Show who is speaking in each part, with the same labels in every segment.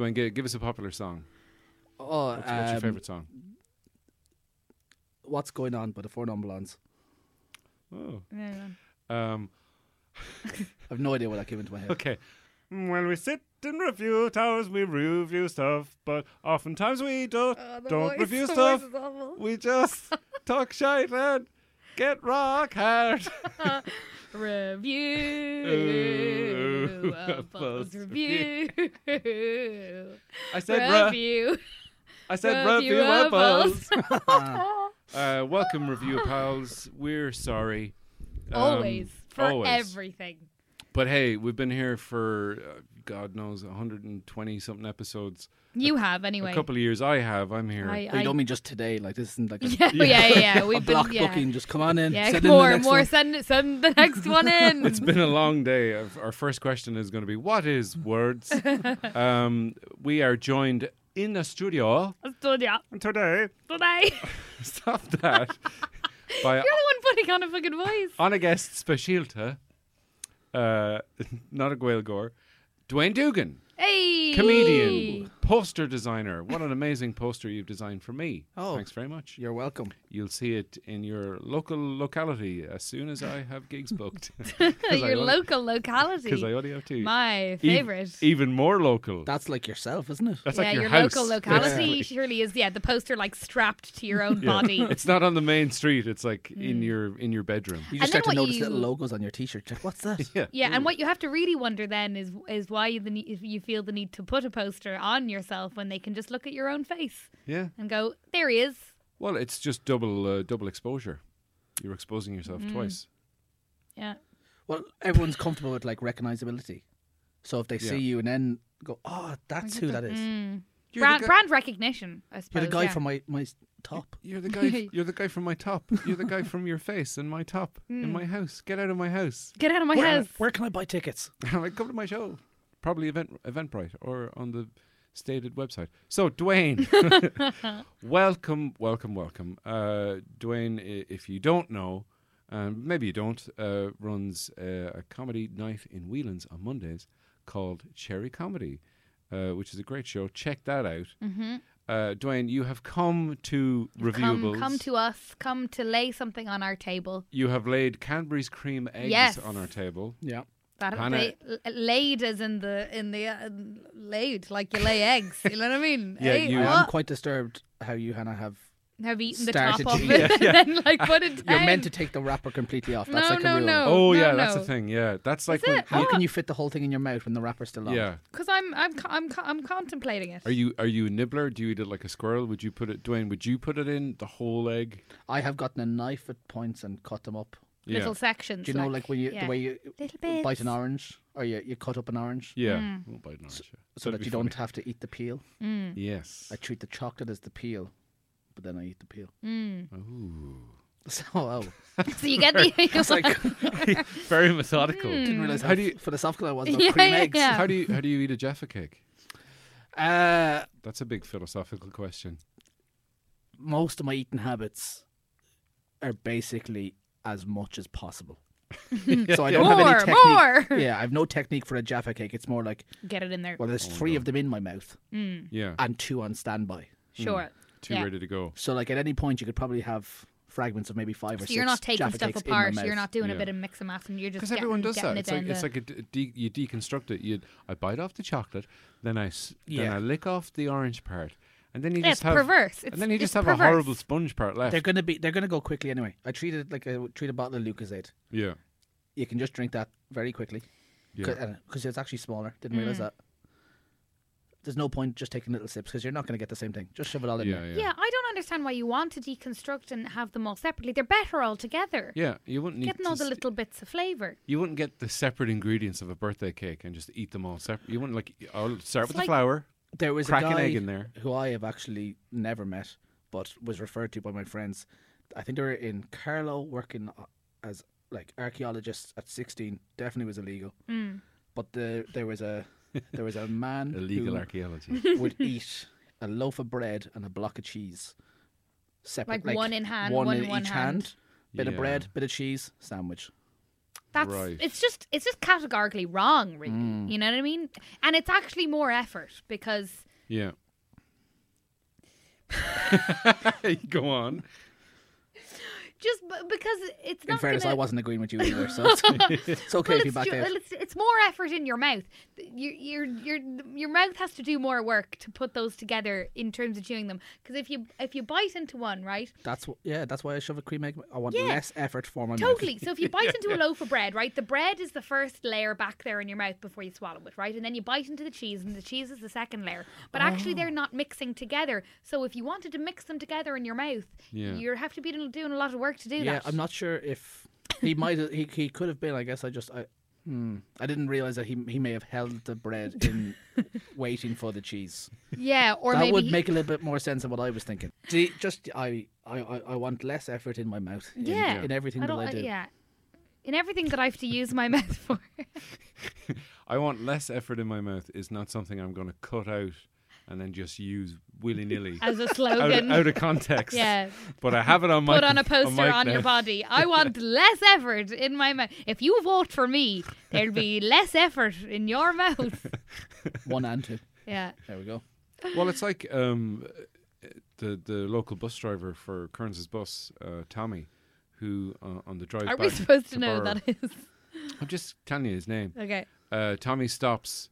Speaker 1: on, give, give us a popular song.
Speaker 2: Oh,
Speaker 1: What's, what's your
Speaker 2: um,
Speaker 1: favorite song?
Speaker 2: What's going on? By the Four Non Blondes.
Speaker 1: Oh,
Speaker 3: Yeah.
Speaker 1: um,
Speaker 2: I've no idea why that came into my head.
Speaker 1: okay. Mm, When we sit and review towers, we review stuff, but oftentimes we don't
Speaker 3: Uh,
Speaker 1: don't review stuff. We just talk shit and get rock hard.
Speaker 3: Review.
Speaker 1: Ooh,
Speaker 3: a Bubbles
Speaker 1: Bubbles
Speaker 3: review.
Speaker 1: I said re-
Speaker 3: Review.
Speaker 1: I said Um,
Speaker 3: Review
Speaker 1: reviewables.
Speaker 3: Bubbles.
Speaker 1: uh, welcome, review pals. We're sorry. Um,
Speaker 3: Always. For
Speaker 1: always.
Speaker 3: everything.
Speaker 1: But hey, we've been here for uh, God knows 120 something episodes.
Speaker 3: You have, anyway.
Speaker 1: A couple of years I have. I'm here.
Speaker 3: I,
Speaker 2: But
Speaker 3: I,
Speaker 2: you don't mean just today. Like this isn't like a,
Speaker 3: yeah, yeah, yeah, yeah.
Speaker 2: a
Speaker 3: We've been,
Speaker 2: block
Speaker 3: yeah.
Speaker 2: booking. Just come on in.
Speaker 3: Yeah,
Speaker 2: send in the
Speaker 3: more,
Speaker 2: next
Speaker 3: more.
Speaker 2: one.
Speaker 3: Send, send the next one in.
Speaker 1: it's been a long day. Our- Our first question is going to be what is words? um, we are joined in a studio
Speaker 3: Studio.
Speaker 1: today.
Speaker 3: Bye-bye.
Speaker 1: Stop that. by
Speaker 3: You're the one putting on a fucking voice.
Speaker 1: on a guest specialta, uh, not a Gael Gore, Dwayne Dugan,
Speaker 3: Hey.
Speaker 1: comedian, poster designer. What an amazing poster you've designed for me.
Speaker 2: Oh.
Speaker 1: Thanks very much.
Speaker 2: You're welcome.
Speaker 1: You'll see it in your local locality as soon as I have gigs booked.
Speaker 3: Your local locality.
Speaker 1: Because I only have two.
Speaker 3: My
Speaker 1: Ev-
Speaker 3: favorite.
Speaker 1: even more local.
Speaker 2: That's like yourself, isn't it?
Speaker 1: That's
Speaker 3: yeah,
Speaker 1: like
Speaker 3: your,
Speaker 1: your, house,
Speaker 3: local locality
Speaker 1: basically.
Speaker 3: surely is. Yeah, the poster like strapped to your own
Speaker 1: Yeah.
Speaker 3: body.
Speaker 1: It's not on the main street. It's like
Speaker 3: Hmm.
Speaker 1: in your in your bedroom.
Speaker 2: You
Speaker 3: And
Speaker 2: just start
Speaker 3: then
Speaker 2: to
Speaker 3: what
Speaker 2: notice
Speaker 3: you-
Speaker 2: little logos on your T-shirt. Like, what's that?
Speaker 1: Yeah.
Speaker 3: yeah, and what you have to really wonder then is is why you the need, if you feel the need to put a poster on yourself when they can just look at your own face
Speaker 1: Yeah.
Speaker 3: and go, there he is.
Speaker 1: Well, it's just double uh, double exposure. You're exposing yourself
Speaker 3: Hmm.
Speaker 1: twice.
Speaker 3: Yeah,
Speaker 2: Well, everyone's comfortable with like recognizability. So if they
Speaker 1: Yeah.
Speaker 2: see you and then go, "Oh, that's who that is." You're
Speaker 3: brand,
Speaker 2: the guy,
Speaker 3: brand recognition. I suppose.
Speaker 2: you're the guy
Speaker 3: Mm, yeah.
Speaker 2: from my my s- top.
Speaker 1: You're the guy. f- you're the guy from my top. You're the guy from your face and my top
Speaker 3: Hmm.
Speaker 1: in my house. Get out of my house.
Speaker 3: Get out of my
Speaker 2: Where,
Speaker 3: house.
Speaker 2: where can I buy tickets?
Speaker 1: I'm like, come to my show. Probably event Eventbrite or on the stated website. So Dwayne, welcome, welcome, welcome. Uh, Dwayne, i- if you don't know, um, maybe you don't, uh, runs uh, a comedy night in Whelan's on Mondays called Cherry Comedy, uh, which is a great show. Check that out. Uh, Dwayne, you have come to reviewables.
Speaker 3: Mm-hmm. Come, come to us. Come to lay something on our table.
Speaker 1: You have laid Cadbury's cream eggs
Speaker 3: Yes.
Speaker 1: on our table.
Speaker 2: Yeah.
Speaker 3: That
Speaker 1: Hannah-
Speaker 3: they, l- laid as in the in the uh, laid like you lay eggs. You know what I mean?
Speaker 1: Yeah,
Speaker 3: Eh?
Speaker 1: you-
Speaker 2: I am
Speaker 3: What?
Speaker 2: quite disturbed how you, Hannah, have.
Speaker 3: have eaten the top
Speaker 2: started
Speaker 3: of
Speaker 2: to-
Speaker 3: it and then like put it down.
Speaker 2: You're meant to take the wrapper completely off. That's
Speaker 3: No,
Speaker 2: like
Speaker 3: no,
Speaker 2: a rule.
Speaker 3: no.
Speaker 1: Oh, yeah, that's
Speaker 3: no.
Speaker 1: a thing. Yeah, that's like
Speaker 3: Is
Speaker 1: when
Speaker 3: it?
Speaker 2: How
Speaker 3: Oh.
Speaker 2: can you fit the whole thing in your mouth when the wrapper's still on?
Speaker 1: yeah.
Speaker 3: Because I'm I'm co- I'm co- I'm contemplating it.
Speaker 1: Are you are you a nibbler? Do you eat it like a squirrel? Would you put it, Dwayne? Would you put it in the whole egg?
Speaker 2: I have gotten a knife at points and cut them up.
Speaker 1: Yeah,
Speaker 3: Little sections.
Speaker 2: Do you know, like when you
Speaker 3: yeah.
Speaker 2: the way you
Speaker 3: Little bits.
Speaker 2: bite an orange or you, you cut up an orange
Speaker 3: Mm.
Speaker 1: yeah. We'll bite an orange.
Speaker 2: so
Speaker 1: That'd
Speaker 2: that
Speaker 1: be
Speaker 2: you
Speaker 1: funny.
Speaker 2: don't have to eat the peel.
Speaker 1: mm. Yes.
Speaker 2: I treat the chocolate as the peel, but then I eat the peel.
Speaker 3: Mm.
Speaker 1: Ooh.
Speaker 2: So oh,
Speaker 3: so you get the
Speaker 2: it's like
Speaker 1: Very methodical.
Speaker 2: didn't realize
Speaker 1: How
Speaker 2: how,
Speaker 1: do you-
Speaker 2: philosophical I was about
Speaker 3: Yeah,
Speaker 2: cream
Speaker 3: yeah,
Speaker 2: eggs.
Speaker 3: Mm, yeah.
Speaker 1: How do you how do you eat a Jaffa cake?
Speaker 2: Uh,
Speaker 1: That's a big philosophical question.
Speaker 2: most of my eating habits are basically as much as possible. so I don't have any
Speaker 3: more,
Speaker 2: technique.
Speaker 3: more.
Speaker 2: Yeah, I've no technique for a Jaffa cake. It's more like
Speaker 3: Get it in there.
Speaker 2: well, there's
Speaker 1: Oh,
Speaker 2: three of them in my mouth
Speaker 1: Yeah.
Speaker 2: and two on standby.
Speaker 3: sure.
Speaker 2: Mm,
Speaker 1: Too
Speaker 3: Mm. yeah.
Speaker 1: ready to go.
Speaker 2: So like at any point you could probably have fragments of maybe five or
Speaker 3: So
Speaker 2: six.
Speaker 3: you're not taking
Speaker 2: Jaffa
Speaker 3: stuff
Speaker 2: cakes in my
Speaker 3: apart.
Speaker 2: mouth.
Speaker 3: You're not doing
Speaker 1: Yeah.
Speaker 3: a bit of mix and match, and you're just
Speaker 1: Because
Speaker 3: getting,
Speaker 1: everyone does
Speaker 3: getting
Speaker 1: that.
Speaker 3: it
Speaker 1: It's like
Speaker 3: down
Speaker 1: it's
Speaker 3: the- uh.
Speaker 1: like a d- de- you deconstruct it. You I bite off the chocolate, then I s- then
Speaker 2: Yeah.
Speaker 1: I lick off the orange part, and then you
Speaker 3: Yeah,
Speaker 1: just
Speaker 3: it's
Speaker 1: have
Speaker 3: perverse. It's-
Speaker 1: and then you
Speaker 3: it's
Speaker 1: just have a
Speaker 3: perverse.
Speaker 1: horrible sponge part left.
Speaker 2: They're gonna be. They're gonna go quickly anyway. I treat it like I treat a bottle of Lucozade.
Speaker 1: yeah.
Speaker 2: You can just drink that very quickly
Speaker 1: Yeah.
Speaker 2: because it's actually smaller. Didn't realize
Speaker 3: Mm.
Speaker 2: that. There's no point just taking little sips because you're not gonna get the same thing. Just shove it all in
Speaker 1: Yeah.
Speaker 2: there.
Speaker 1: Yeah.
Speaker 3: yeah. I don't understand why you want to deconstruct and have them all separately. They're better all together.
Speaker 1: Yeah, You wouldn't need
Speaker 3: Getting all
Speaker 1: to
Speaker 3: the
Speaker 1: s-
Speaker 3: little bits of flavour.
Speaker 1: You wouldn't get the separate ingredients of a birthday cake and just eat them all separate. You wouldn't like. I'll start with
Speaker 3: like-
Speaker 1: the flour.
Speaker 2: There was
Speaker 1: Crack
Speaker 2: a
Speaker 1: an
Speaker 2: guy
Speaker 1: egg in there.
Speaker 2: who I have actually never met, but was referred to by my friends. I think they were in Carlo working o- as like archaeologists at 16. Definitely was illegal.
Speaker 3: Hmm.
Speaker 2: But the, there was a there was a man
Speaker 1: Illegal
Speaker 2: who
Speaker 1: archaeology.
Speaker 2: would eat a loaf of bread and a block of cheese, separate,
Speaker 3: Like one in hand, one in one
Speaker 2: each
Speaker 3: hand.
Speaker 2: Bit of
Speaker 1: Yeah.
Speaker 2: bread, bit of cheese, sandwich.
Speaker 3: That's
Speaker 1: Right.
Speaker 3: it's just it's just categorically wrong, really.
Speaker 2: Mm.
Speaker 3: You know what I mean? And it's actually more effort because
Speaker 1: Yeah. Go on.
Speaker 3: just b- because it's
Speaker 2: In
Speaker 3: not
Speaker 2: fairness,
Speaker 3: gonna,
Speaker 2: I wasn't agreeing with you either, so it's, it's okay
Speaker 3: Well,
Speaker 2: if you
Speaker 3: it's,
Speaker 2: back
Speaker 3: ju-
Speaker 2: out.
Speaker 3: well, it's, it's more effort in your mouth. Your, your your your mouth has to do more work to put those together in terms of chewing them. Because if you if you bite into one, right,
Speaker 2: That's wh- yeah. That's why I shove a cream egg. I want
Speaker 3: Yeah.
Speaker 2: less effort for my mouth.
Speaker 3: Totally. So if you bite into a loaf of bread, right, the bread is the first layer back there in your mouth before you swallow it, right? And then you bite into the cheese, and the cheese is the second layer. But actually, they're
Speaker 2: Oh.
Speaker 3: not mixing together. So if you wanted to mix them together in your mouth,
Speaker 1: Yeah.
Speaker 3: you have to be doing a lot of work to do
Speaker 2: yeah,
Speaker 3: that.
Speaker 2: I'm not sure if he might. have- He he could have been. I guess I just I. Hmm. I didn't realize that he he may have held the bread in waiting for the cheese.
Speaker 3: Yeah, or
Speaker 2: that
Speaker 3: maybe
Speaker 2: would
Speaker 3: he-
Speaker 2: make a little bit more sense than what I was thinking. See, just I I, I, I want less effort in my mouth. in-
Speaker 3: Yeah.
Speaker 2: In, everything
Speaker 3: I
Speaker 2: that
Speaker 3: don't.
Speaker 2: I do.
Speaker 3: yeah, in everything that I have to use my mouth for.
Speaker 1: I want less effort in my mouth is not something I'm going to cut out and then just use willy nilly
Speaker 3: As a
Speaker 1: out,
Speaker 3: slogan.
Speaker 1: out of context.
Speaker 3: yeah,
Speaker 1: But I have it on my
Speaker 3: put on a poster
Speaker 1: mic
Speaker 3: on your
Speaker 1: now.
Speaker 3: body. I want less effort in my mouth. If you vote for me, there'll be less effort in your mouth.
Speaker 2: One and two.
Speaker 3: Yeah.
Speaker 2: There we go.
Speaker 1: Well, it's like um, the the local bus driver for Kearns' bus, uh, Tommy, who uh, on the drive
Speaker 3: Are
Speaker 1: back
Speaker 3: we supposed to know
Speaker 1: Barrow-
Speaker 3: that is?
Speaker 1: I'm just telling you his name.
Speaker 3: Okay.
Speaker 1: Uh, Tommy stops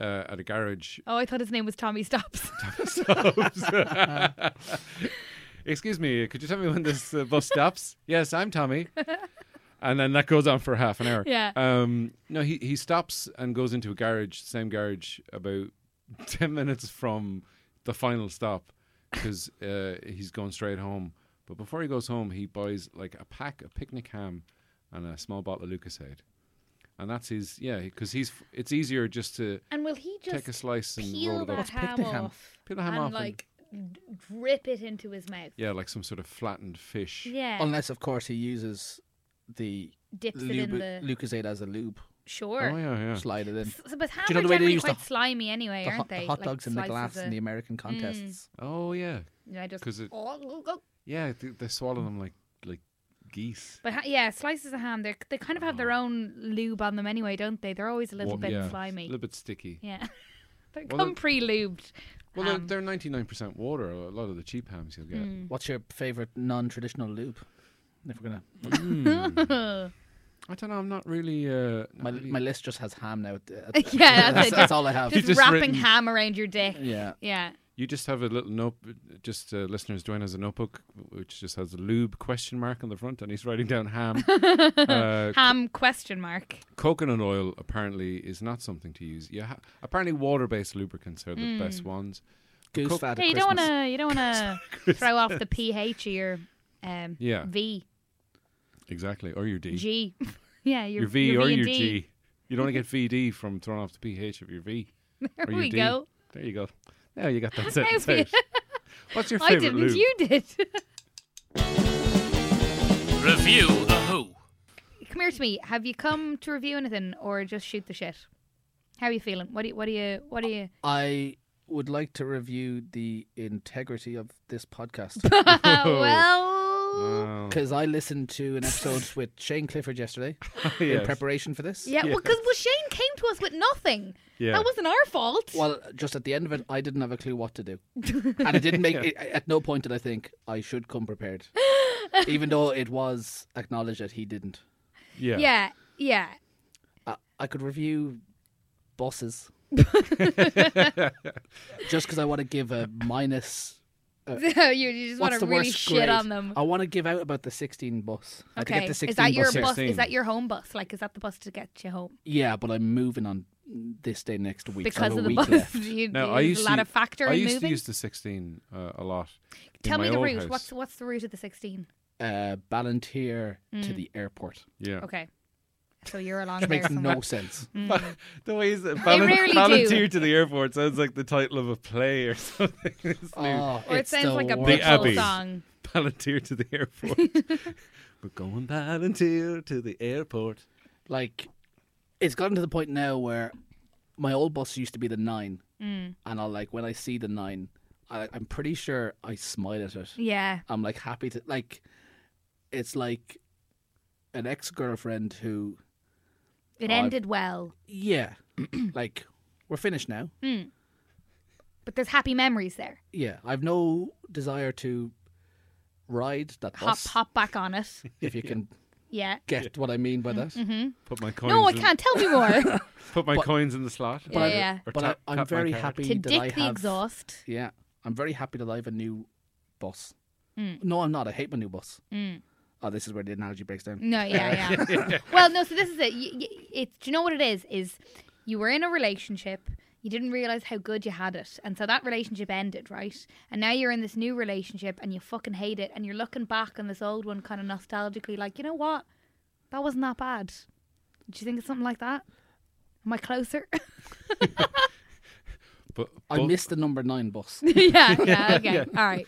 Speaker 1: uh, at a garage
Speaker 3: Oh, I thought his name was Tommy Stops.
Speaker 1: Excuse me, could you tell me when this uh, bus stops? yes, I'm Tommy. And then that goes on for half an hour.
Speaker 3: Yeah.
Speaker 1: Um, no, he, he stops and goes into a garage, same garage, about 10 minutes from the final stop because uh, he's going straight home. But before he goes home, he buys like a pack of picnic ham and a small bottle of Lucasade. And that's his, yeah, because he's, it's easier just to
Speaker 3: and will he
Speaker 1: take a slice and roll
Speaker 3: peel
Speaker 1: it up.
Speaker 3: that ham
Speaker 2: picnic ham?
Speaker 3: off
Speaker 1: Peel the ham
Speaker 3: and
Speaker 1: off and-
Speaker 3: like d- drip it into his mouth?
Speaker 1: Yeah, like some sort of flattened fish.
Speaker 3: Yeah.
Speaker 2: Unless of course he uses the
Speaker 3: Dips it
Speaker 2: lube,
Speaker 3: in the
Speaker 2: Lucasade as a lube.
Speaker 3: sure.
Speaker 1: Oh yeah, yeah.
Speaker 2: Slide it in.
Speaker 3: So, but ham
Speaker 2: know
Speaker 3: are
Speaker 2: the way they
Speaker 3: generally
Speaker 2: use the
Speaker 3: quite
Speaker 2: ho-
Speaker 3: slimy anyway,
Speaker 2: The
Speaker 3: aren't
Speaker 2: hot,
Speaker 3: they?
Speaker 2: hot
Speaker 3: Like
Speaker 2: dogs in the
Speaker 3: slices Mm.
Speaker 2: glass
Speaker 3: of-
Speaker 2: in the American contests.
Speaker 1: Oh yeah,
Speaker 3: Yeah, I just.
Speaker 1: 'Cause it-
Speaker 3: Oh, oh, oh.
Speaker 1: yeah. They, they swallow them like like geese.
Speaker 3: But ha- yeah, slices of ham. They they kind of have their own lube on them anyway, don't they? They're always a little
Speaker 1: Well,
Speaker 3: bit
Speaker 1: Ah. yeah, A
Speaker 3: slimy.
Speaker 1: little bit sticky.
Speaker 3: Yeah. Um, they
Speaker 1: Well,
Speaker 3: come
Speaker 1: the-
Speaker 3: pre-lubed.
Speaker 1: Well, they're-
Speaker 3: ham.
Speaker 1: they're ninety nine percent water. A lot of the cheap hams you'll get.
Speaker 3: Hmm.
Speaker 2: What's your favorite non-traditional lube? If we're gonna,
Speaker 1: I don't know. I'm not really. Uh, not
Speaker 2: my,
Speaker 1: really-
Speaker 2: my list just has ham now.
Speaker 3: yeah, that's
Speaker 2: that's,
Speaker 3: it.
Speaker 2: that's
Speaker 3: Just,
Speaker 2: all I have.
Speaker 3: just
Speaker 1: just
Speaker 3: wrapping
Speaker 1: written-
Speaker 3: ham around your dick.
Speaker 2: yeah,
Speaker 3: Yeah.
Speaker 1: you just have a little note. Just uh, listeners, Dwayne has a notebook which just has a lube question mark on the front, and he's writing down ham. uh,
Speaker 3: Ham question mark.
Speaker 1: coconut oil apparently is not something to use. Yeah, ha- apparently water based lubricants are the
Speaker 3: Hmm.
Speaker 1: best ones.
Speaker 2: goose
Speaker 1: Cook-
Speaker 2: fat.
Speaker 3: Yeah,
Speaker 2: at
Speaker 3: you don't want
Speaker 2: Christmas.
Speaker 3: to. You don't want to throw off the pH of your um,
Speaker 1: Yeah.
Speaker 3: V
Speaker 1: Exactly, or your D.
Speaker 3: G. yeah, your,
Speaker 1: your V
Speaker 3: your
Speaker 1: or
Speaker 3: and
Speaker 1: your
Speaker 3: D.
Speaker 1: G. You don't get VD from throwing off the pH of your V. There or your
Speaker 3: we
Speaker 1: D.
Speaker 3: go.
Speaker 1: There you go. Now you got that sentence
Speaker 3: we-
Speaker 1: out. What's your
Speaker 3: I
Speaker 1: favorite
Speaker 3: didn't.
Speaker 1: lube?
Speaker 3: You did.
Speaker 4: Review the Who.
Speaker 3: come here to me. Have you come to review anything or just shoot the shit? How are you feeling? What do you? What do you? What do you?
Speaker 2: I would like to review the integrity of this podcast
Speaker 3: Uh, well.
Speaker 1: Oh,
Speaker 2: because I listened to an episode with Shane Clifford yesterday in
Speaker 1: yes.
Speaker 2: preparation for this.
Speaker 3: Yeah, well 'cause well, Shane came to us with nothing.
Speaker 1: Yeah.
Speaker 3: That wasn't our fault.
Speaker 2: Well, just at the end of it, I didn't have a clue what to do, and it didn't make. It, at no point did I think I should come prepared, even though it was acknowledged that he didn't.
Speaker 1: yeah.
Speaker 3: yeah, yeah.
Speaker 2: I, I could review bosses. just because I want to give a minus.
Speaker 3: you, you just want
Speaker 2: Uh, What's
Speaker 3: to
Speaker 2: the
Speaker 3: really
Speaker 2: worst
Speaker 3: shit
Speaker 2: grade?
Speaker 3: on them.
Speaker 2: I want to give out about the 16 bus. I have to
Speaker 3: Okay,
Speaker 2: get the 16
Speaker 3: is that your
Speaker 2: bus,
Speaker 3: bus?
Speaker 2: here.
Speaker 3: Is
Speaker 1: 16.
Speaker 3: that your home bus? Like, is that the bus to get you home
Speaker 2: Yeah, but I'm moving on this day next week. so I have
Speaker 3: because of
Speaker 2: a
Speaker 3: the
Speaker 2: week
Speaker 3: bus?
Speaker 2: left.
Speaker 3: you,
Speaker 1: Now
Speaker 3: you
Speaker 1: I
Speaker 3: use
Speaker 1: used
Speaker 3: a lot
Speaker 1: to,
Speaker 3: of factor
Speaker 1: I
Speaker 3: in
Speaker 1: used
Speaker 3: moving.
Speaker 1: to use the 16 uh, a lot. in
Speaker 3: Tell
Speaker 1: my
Speaker 3: me the
Speaker 1: old
Speaker 3: route.
Speaker 1: house.
Speaker 3: What's what's the route of the 16?
Speaker 2: Uh, Ballantyre
Speaker 3: Mm.
Speaker 2: to the airport.
Speaker 1: yeah.
Speaker 3: Okay, so you're along
Speaker 2: Which
Speaker 3: there
Speaker 2: makes
Speaker 3: somewhere.
Speaker 2: no sense.
Speaker 1: The way he's
Speaker 3: rarely do.
Speaker 1: volunteer to the airport sounds like the title of a play or something. It's new.
Speaker 2: Oh,
Speaker 3: Or it
Speaker 2: it's
Speaker 3: sounds
Speaker 2: the
Speaker 3: like a
Speaker 2: worst.
Speaker 1: The
Speaker 3: Beatles
Speaker 1: Abbey.
Speaker 3: song.
Speaker 1: Volunteer to the airport. We're going volunteer to the airport.
Speaker 2: Like, it's gotten to the point now where my old bus used to be the nine,
Speaker 3: Mm.
Speaker 2: and I'll like when I see the nine, I, I'm pretty sure I smile at it.
Speaker 3: Yeah,
Speaker 2: I'm like happy to like. It's like an ex girlfriend who
Speaker 3: It
Speaker 1: Oh, I've-
Speaker 3: ended well,
Speaker 2: Yeah, like we're finished now.
Speaker 3: Mm. but there's happy memories there.
Speaker 2: Yeah, I've no desire to ride that
Speaker 3: Hop,
Speaker 2: bus.
Speaker 3: hop back on it.
Speaker 2: If you can
Speaker 3: Yeah.
Speaker 2: get what I mean
Speaker 3: Mm-hmm.
Speaker 2: by that.
Speaker 1: Put my coins.
Speaker 3: No, I
Speaker 1: in-
Speaker 3: can't. Tell me more.
Speaker 1: Put my coins in the slot.
Speaker 3: But I- Yeah.
Speaker 1: Or
Speaker 2: But
Speaker 1: tap-
Speaker 2: I, I'm
Speaker 1: tap my
Speaker 2: very
Speaker 1: card.
Speaker 2: happy
Speaker 3: to
Speaker 2: that I
Speaker 3: dick
Speaker 2: have.
Speaker 3: the exhaust.
Speaker 2: Yeah, I'm very happy that I have a new bus.
Speaker 3: Mm.
Speaker 2: No, I'm not. I hate my new bus. Oh, this is where the analogy breaks down.
Speaker 3: No, yeah, yeah. well, no. So this is it. You, you, it's do you know what it is? Is you were in a relationship, you didn't realize how good you had it, and so that relationship ended, right? And now you're in this new relationship, and you fucking hate it, and you're looking back on this old one, kind of nostalgically, like you know what, that wasn't that bad. Do you think it's something like that? Am I closer?
Speaker 1: But,
Speaker 2: I
Speaker 1: but-
Speaker 2: missed the number nine bus.
Speaker 3: yeah, yeah, okay, all right.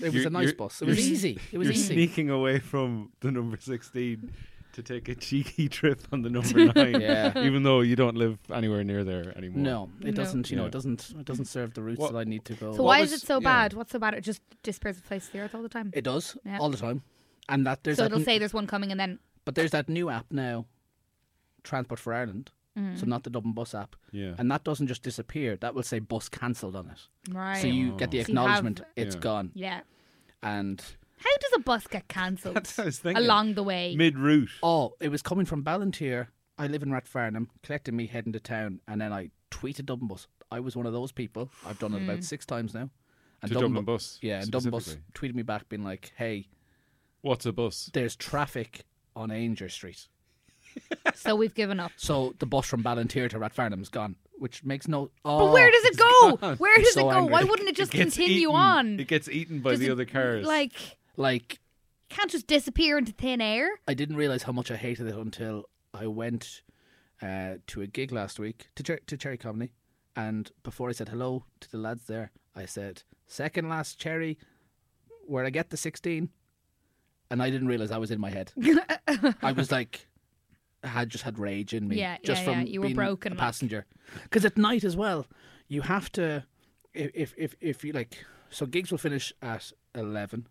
Speaker 2: It was
Speaker 1: You're-
Speaker 2: a nice
Speaker 1: you're-
Speaker 2: bus. It
Speaker 1: you're
Speaker 2: was
Speaker 1: s-
Speaker 2: easy. It was
Speaker 1: You're
Speaker 2: easy.
Speaker 1: sneaking away from the number sixteen to take a cheeky trip on the number nine.
Speaker 2: Yeah.
Speaker 1: Even though you don't live anywhere near there anymore.
Speaker 2: No, it
Speaker 3: No.
Speaker 2: doesn't. You know,
Speaker 1: Yeah.
Speaker 2: it doesn't. It doesn't serve the routes
Speaker 1: What-
Speaker 2: that I need to go.
Speaker 3: So
Speaker 1: What
Speaker 3: why is
Speaker 1: was-
Speaker 3: it so
Speaker 1: yeah.
Speaker 3: bad? What's so bad? It just disappears the face of the earth all the time.
Speaker 2: It does
Speaker 3: Yeah.
Speaker 2: all the time, and that there's
Speaker 3: so
Speaker 2: that
Speaker 3: it'll
Speaker 2: n-
Speaker 3: say there's one coming, and then
Speaker 2: But there's that new app now, Transport for Ireland.
Speaker 3: Mm.
Speaker 2: So not the Dublin Bus app,
Speaker 1: Yeah.
Speaker 2: and that doesn't just disappear. That will say bus cancelled on it.
Speaker 3: right.
Speaker 2: So you get the
Speaker 3: So you have-
Speaker 2: acknowledgement it's
Speaker 1: Yeah.
Speaker 2: gone,
Speaker 3: yeah.
Speaker 2: and
Speaker 3: How does a bus get cancelled
Speaker 1: That's what I was thinking.
Speaker 3: along the way?
Speaker 1: Mid route.
Speaker 2: oh, it was coming from Ballantyre. I live in Rathfarnham, collecting me heading to town, and then I tweeted Dublin Bus. I was one of those people. I've done it
Speaker 3: Hmm.
Speaker 2: about six times now. And
Speaker 1: To Dublin
Speaker 2: Bu-
Speaker 1: Bus,
Speaker 2: yeah, and Dublin Bus
Speaker 1: specifically.
Speaker 2: tweeted me back, being like, "Hey,
Speaker 1: What's a bus?
Speaker 2: there's traffic on Ainger Street."
Speaker 3: so we've given up.
Speaker 2: So the bus from Ballantyre to Rathfarnham's gone, which makes no. Oh,
Speaker 3: But where does it go? Where does
Speaker 2: so
Speaker 3: it go?
Speaker 2: angry.
Speaker 3: Why wouldn't it just continue on?
Speaker 1: It gets eaten by
Speaker 3: Does
Speaker 1: the
Speaker 3: it-
Speaker 1: other cars.
Speaker 3: Like,
Speaker 2: like
Speaker 3: can't just disappear into thin air.
Speaker 2: I didn't realize how much I hated it until I went uh, to a gig last week to Cher- to Cherry Comedy, and before I said hello to the lads there, I said second last Cherry, where I get the sixteen, and I didn't realize I was in my head. I was like. Had just had rage in me,
Speaker 3: Yeah,
Speaker 2: just
Speaker 3: yeah,
Speaker 2: from
Speaker 3: yeah. You were
Speaker 2: being
Speaker 3: broken,
Speaker 2: a
Speaker 3: like.
Speaker 2: passenger. Because at night as well, you have to, if if if, if you like, so gigs will finish at eleven,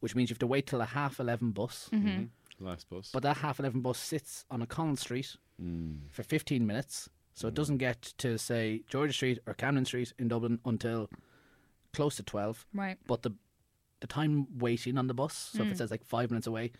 Speaker 2: which means you have to wait till a half eleven bus,
Speaker 1: Mm-hmm.
Speaker 3: mm-hmm.
Speaker 1: Last bus.
Speaker 2: but that half eleven bus sits on a Collins Street for fifteen minutes, so it doesn't get to say George Street or Camden Street in Dublin until close to twelve.
Speaker 3: Right.
Speaker 2: But the the time waiting on the bus, so
Speaker 3: Mm.
Speaker 2: if it says like five minutes away,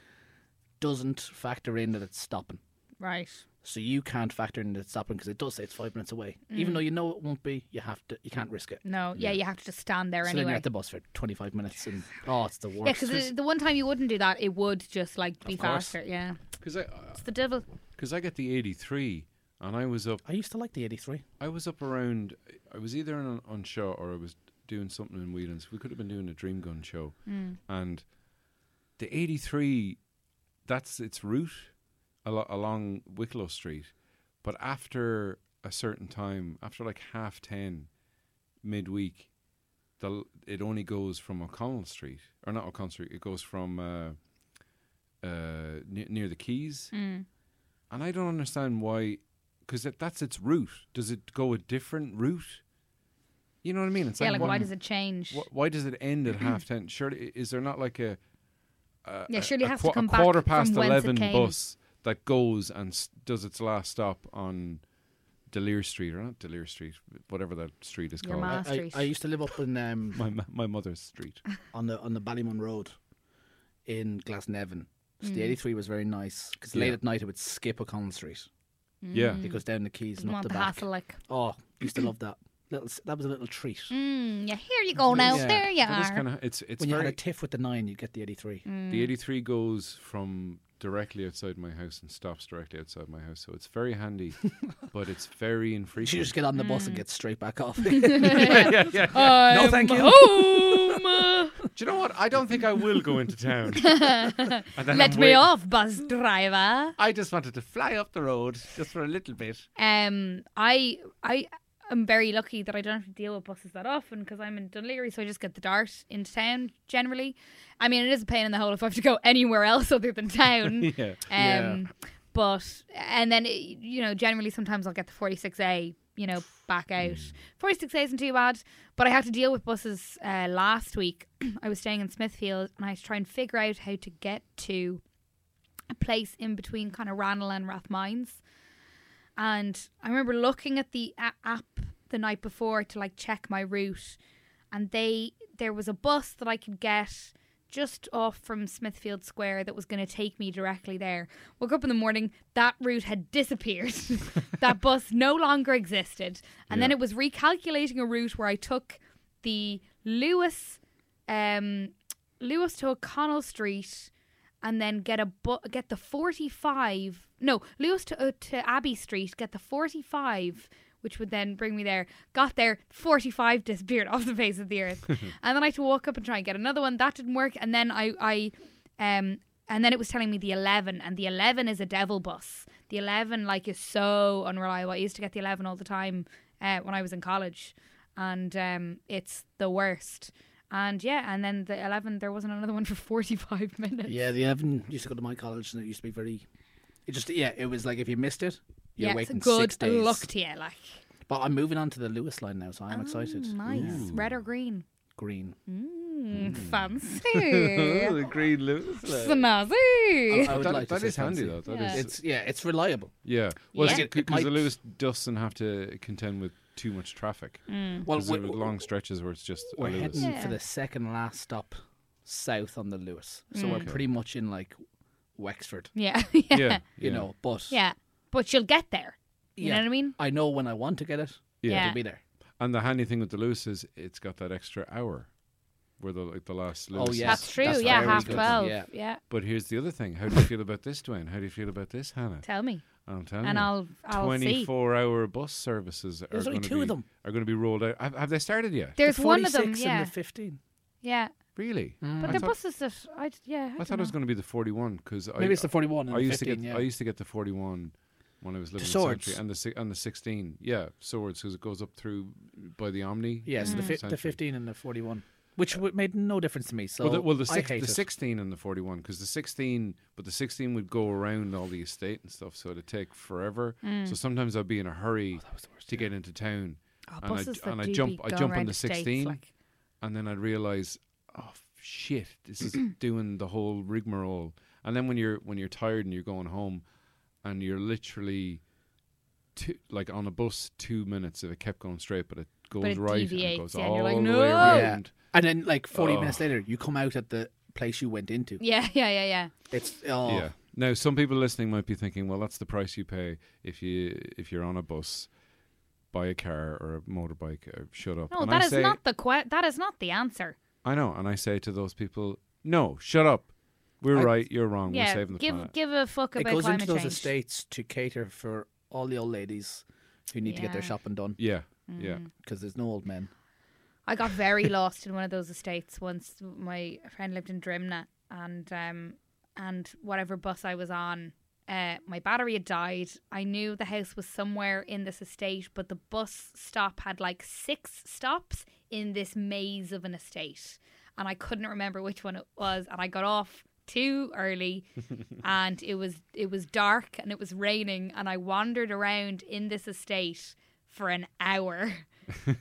Speaker 2: doesn't factor in that it's stopping.
Speaker 3: Right.
Speaker 2: So you can't factor in that it's stopping because it does say it's five minutes away, even
Speaker 3: Mm.
Speaker 2: though you know it won't be. You have to. You can't risk it.
Speaker 3: No. Yeah, you have to just stand there
Speaker 2: So then you're
Speaker 3: anyway.
Speaker 2: at the bus for twenty five minutes, and oh, it's the
Speaker 3: yeah,
Speaker 2: worst.
Speaker 3: because the one time you wouldn't do that, it would just like be
Speaker 2: Of course.
Speaker 3: faster. Yeah.
Speaker 1: Because I,
Speaker 3: It's the devil.
Speaker 1: because I get the 83 and I was up
Speaker 2: I used to like the eighty three.
Speaker 1: I was up around. I was either on on show or I was doing something in Whelan's. We could have been doing a Dream Gun show, and the eighty three. That's its route alo- along Wicklow Street, but after a certain time, after like half ten, midweek, the l- it only goes from O'Connell Street or not O'Connell Street. It goes from uh, uh, ne- near the Keys.
Speaker 3: Mm.
Speaker 1: And I don't understand why, because that's its route. Does it go a different route? You know what I mean? It's
Speaker 3: Yeah. Like,
Speaker 1: what-
Speaker 3: why does it change?
Speaker 1: wh- why does it end at half ten? Surely, i- is there not like a, a
Speaker 3: Mm-hmm. Yeah,
Speaker 1: a-
Speaker 3: surely it
Speaker 1: a
Speaker 3: has to
Speaker 1: qua-
Speaker 3: come
Speaker 1: a
Speaker 3: back
Speaker 1: quarter
Speaker 3: from
Speaker 1: past
Speaker 3: whence it
Speaker 1: eleven
Speaker 3: came.
Speaker 1: bus that goes and s- does its last stop on Delir Street or not Delir Street, whatever that street is
Speaker 3: Your
Speaker 1: called.
Speaker 3: ma-
Speaker 2: I,
Speaker 3: Street.
Speaker 2: I used to live up in um,
Speaker 1: my ma- my mother's street.
Speaker 2: on the on the Ballymun Road in Glasnevin. So
Speaker 3: Mm.
Speaker 2: the 83 was very nice because
Speaker 1: Yeah.
Speaker 2: late at night it would skip O'Connell Street.
Speaker 3: Mm-hmm.
Speaker 1: Yeah,
Speaker 3: Mm.
Speaker 2: It goes down the keys
Speaker 3: Doesn't
Speaker 2: and up
Speaker 3: want
Speaker 2: the
Speaker 3: the,
Speaker 2: back.
Speaker 3: hassle. Like,
Speaker 2: Oh, used to love that. Little, s- that was a little treat.
Speaker 3: mm, yeah. Here you go now.
Speaker 2: Yeah.
Speaker 3: There you
Speaker 1: it is
Speaker 3: are.
Speaker 1: kind of it's it's
Speaker 2: when you had
Speaker 1: very
Speaker 2: a tiff with the nine, you'd get the 83.
Speaker 3: Mm.
Speaker 1: The 83 goes from directly outside my house and stops directly outside my house, so it's very handy, but it's very
Speaker 2: You should
Speaker 1: infrequent.
Speaker 2: just get on the bus
Speaker 3: Mm.
Speaker 2: and get straight back off.
Speaker 3: no,
Speaker 2: thank you.
Speaker 3: Home.
Speaker 1: Do you know what? I don't think I will go into town. And then
Speaker 3: Let
Speaker 1: I'm
Speaker 3: me
Speaker 1: wait-
Speaker 3: off, bus driver.
Speaker 1: I just wanted to fly up the road just for a little bit.
Speaker 3: Um, I I am very lucky that I don't have to deal with buses that often because I'm in Dunleary, so I just get the Dart into town generally. I mean, it is a pain in the hole if I have to go anywhere else other than town.
Speaker 1: Yeah.
Speaker 3: Um,
Speaker 2: Yeah.
Speaker 3: but and then it- you know, generally sometimes I'll get the 46A. You know, back out. 46A isn't too bad, but I had to deal with buses uh, last week. I was staying in Smithfield and I had to try and figure out how to get to a place in between kind of Ranelagh and Rathmines. And I remember looking at the a- app the night before to like check my route, and they there was a bus that I could get just off from Smithfield Square that was going to take me directly there. Woke up in the morning, that route had disappeared. that bus no longer existed. And then
Speaker 1: Yeah.
Speaker 3: it was recalculating a route where I took the Lewis um, Lewis to O'Connell Street and then get a bu- get the 45 no Lewis to, uh, to Abbey Street get the 45 which would then bring me there got there 45 disappeared off the face of the earth and then I had to walk up and try and get another one that didn't work and then I I um and then it was telling me the 11 and the 11 is a devil bus the 11 like is so unreliable I used to get the 11 all the time uh, when I was in college and um it's the worst and yeah, and then the 11, there wasn't another one for 45 minutes.
Speaker 2: Yeah, the Evan used to go to my college, and it used to be very. It just yeah, it was like if you missed it, you're
Speaker 3: yeah, it's
Speaker 2: waiting
Speaker 3: good
Speaker 2: six days.
Speaker 3: luck to you. Like,
Speaker 2: But I'm moving on to the Lewis line now, so I'm excited.
Speaker 3: Mm, nice. Red or green?
Speaker 2: Green.
Speaker 3: Mm,
Speaker 2: Hmm.
Speaker 3: Fancy.
Speaker 1: the green Lewis.
Speaker 3: Snazzy.
Speaker 2: I would
Speaker 1: that
Speaker 2: like to
Speaker 1: that
Speaker 2: say
Speaker 1: is handy
Speaker 2: fancy.
Speaker 1: though. That is
Speaker 3: Yeah.
Speaker 2: It's yeah, it's reliable.
Speaker 1: yeah. Well,
Speaker 3: Yeah.
Speaker 2: It
Speaker 1: because
Speaker 2: might-
Speaker 1: the Lewis doesn't have to contend with too much traffic.
Speaker 3: Mm.
Speaker 2: Well,
Speaker 1: 'Cause there
Speaker 2: we-
Speaker 1: were long stretches where it's just a
Speaker 2: we're
Speaker 1: Lewis.
Speaker 2: heading
Speaker 3: Yeah.
Speaker 2: for the second last stop south on the Lewis, so
Speaker 1: Mm.
Speaker 2: we're pretty much in like Wexford,
Speaker 3: Yeah. yeah.
Speaker 1: yeah,
Speaker 2: you know. But
Speaker 3: Yeah. But you'll get there. You
Speaker 2: Yeah.
Speaker 3: know what I mean?
Speaker 2: I know when I want to get it,
Speaker 1: Yeah.
Speaker 3: Yeah.
Speaker 2: it'll be there.
Speaker 1: And the handy thing with the Lewis is it's got that extra hour where the like the last
Speaker 2: Oh,
Speaker 1: Lewis. is-
Speaker 2: yes.
Speaker 3: That's true.
Speaker 2: that's
Speaker 3: yeah,
Speaker 2: very
Speaker 3: half
Speaker 2: good.
Speaker 3: 12. Yeah.
Speaker 2: Yeah.
Speaker 1: But here's the other thing. How do you feel about this, Dwayne? How do you feel about this, Hannah?
Speaker 3: Tell me.
Speaker 1: I'm telling
Speaker 3: And
Speaker 1: you.
Speaker 3: I'll, I'll see.
Speaker 1: 24 hour bus services are
Speaker 2: There's only
Speaker 1: going
Speaker 2: two
Speaker 1: be,
Speaker 2: of them.
Speaker 1: are going to be rolled out. Have, have they started yet?
Speaker 3: There's one of them.
Speaker 2: 46
Speaker 3: Yeah.
Speaker 2: and the Mm. fifteen.
Speaker 3: yeah.
Speaker 1: Really?
Speaker 3: But
Speaker 1: I
Speaker 3: the
Speaker 1: thought-
Speaker 3: buses that I, yeah. I,
Speaker 1: I thought it was going to be the 41 because I,
Speaker 2: Maybe it's the forty-one. And
Speaker 1: I
Speaker 2: the
Speaker 1: used
Speaker 2: 15,
Speaker 1: to get
Speaker 2: yeah.
Speaker 1: I used to get the 41 when I was living in
Speaker 2: Swords.
Speaker 1: Century and the si- and the 16. Yeah, swords because it goes up through by the Omni.
Speaker 2: Yeah,
Speaker 3: Mm.
Speaker 2: so the,
Speaker 1: in
Speaker 2: fi-
Speaker 1: Century.
Speaker 2: the 15 and the 41, which w- made no difference to me. So
Speaker 1: Well, the, well, the,
Speaker 2: I
Speaker 1: six,
Speaker 2: hate
Speaker 1: the
Speaker 2: it.
Speaker 1: 16 and the 41, because the 16, but the 16 would go around all the estate and stuff, so it'd take forever.
Speaker 2: Mm.
Speaker 1: So sometimes I'd be in a hurry
Speaker 2: Oh,
Speaker 1: to get into town,
Speaker 3: Oh,
Speaker 1: and
Speaker 3: buses
Speaker 1: I
Speaker 3: that
Speaker 1: and I
Speaker 3: do
Speaker 1: jump,
Speaker 3: be
Speaker 1: I
Speaker 3: going
Speaker 1: jump on
Speaker 3: around
Speaker 1: the
Speaker 3: estates,
Speaker 1: 16,
Speaker 3: like-
Speaker 1: and then I'd realize, oh shit, this is doing the whole rigmarole. And then when you're when you're tired and you're going home, and you're literally, two, like on a bus, two minutes if it kept going straight, but it goes
Speaker 3: it
Speaker 1: right and it
Speaker 3: deviates,
Speaker 1: goes
Speaker 3: yeah, and
Speaker 1: all
Speaker 3: you're like,
Speaker 1: the
Speaker 3: "No!"
Speaker 1: way
Speaker 3: Yeah.
Speaker 1: around.
Speaker 2: And then, like 40
Speaker 1: Oh.
Speaker 2: minutes later, you come out at the place you went into.
Speaker 3: Yeah, yeah, yeah, yeah.
Speaker 2: It's oh,
Speaker 1: Yeah. Now, some people listening might be thinking, "Well, that's the price you pay if you if you're on a bus, buy a car or a motorbike, or shut up."
Speaker 3: No,
Speaker 1: and
Speaker 3: that
Speaker 1: I
Speaker 3: is
Speaker 1: say,
Speaker 3: not the que- that is not the answer.
Speaker 1: I know, and I say to those people, "No, shut up. We're right. You're wrong. We're
Speaker 3: yeah,
Speaker 1: saving the
Speaker 3: give
Speaker 1: planet."
Speaker 3: give a fuck
Speaker 2: it
Speaker 3: about
Speaker 2: goes
Speaker 3: climate
Speaker 2: into those
Speaker 3: change.
Speaker 2: estates to cater for all the old ladies who need to get their
Speaker 3: Yeah.
Speaker 2: shopping done
Speaker 1: yeah, yeah.
Speaker 2: because there's no old men.
Speaker 3: I got very lost in one of those estates once. My friend lived in Drimna, and um, and whatever bus I was on, uh, my battery had died. I knew the house was somewhere in this estate, but the bus stop had like six stops in this maze of an estate, and I couldn't remember which one it was. And I got off too early, and it was it was dark and it was raining, and I wandered around in this estate for an hour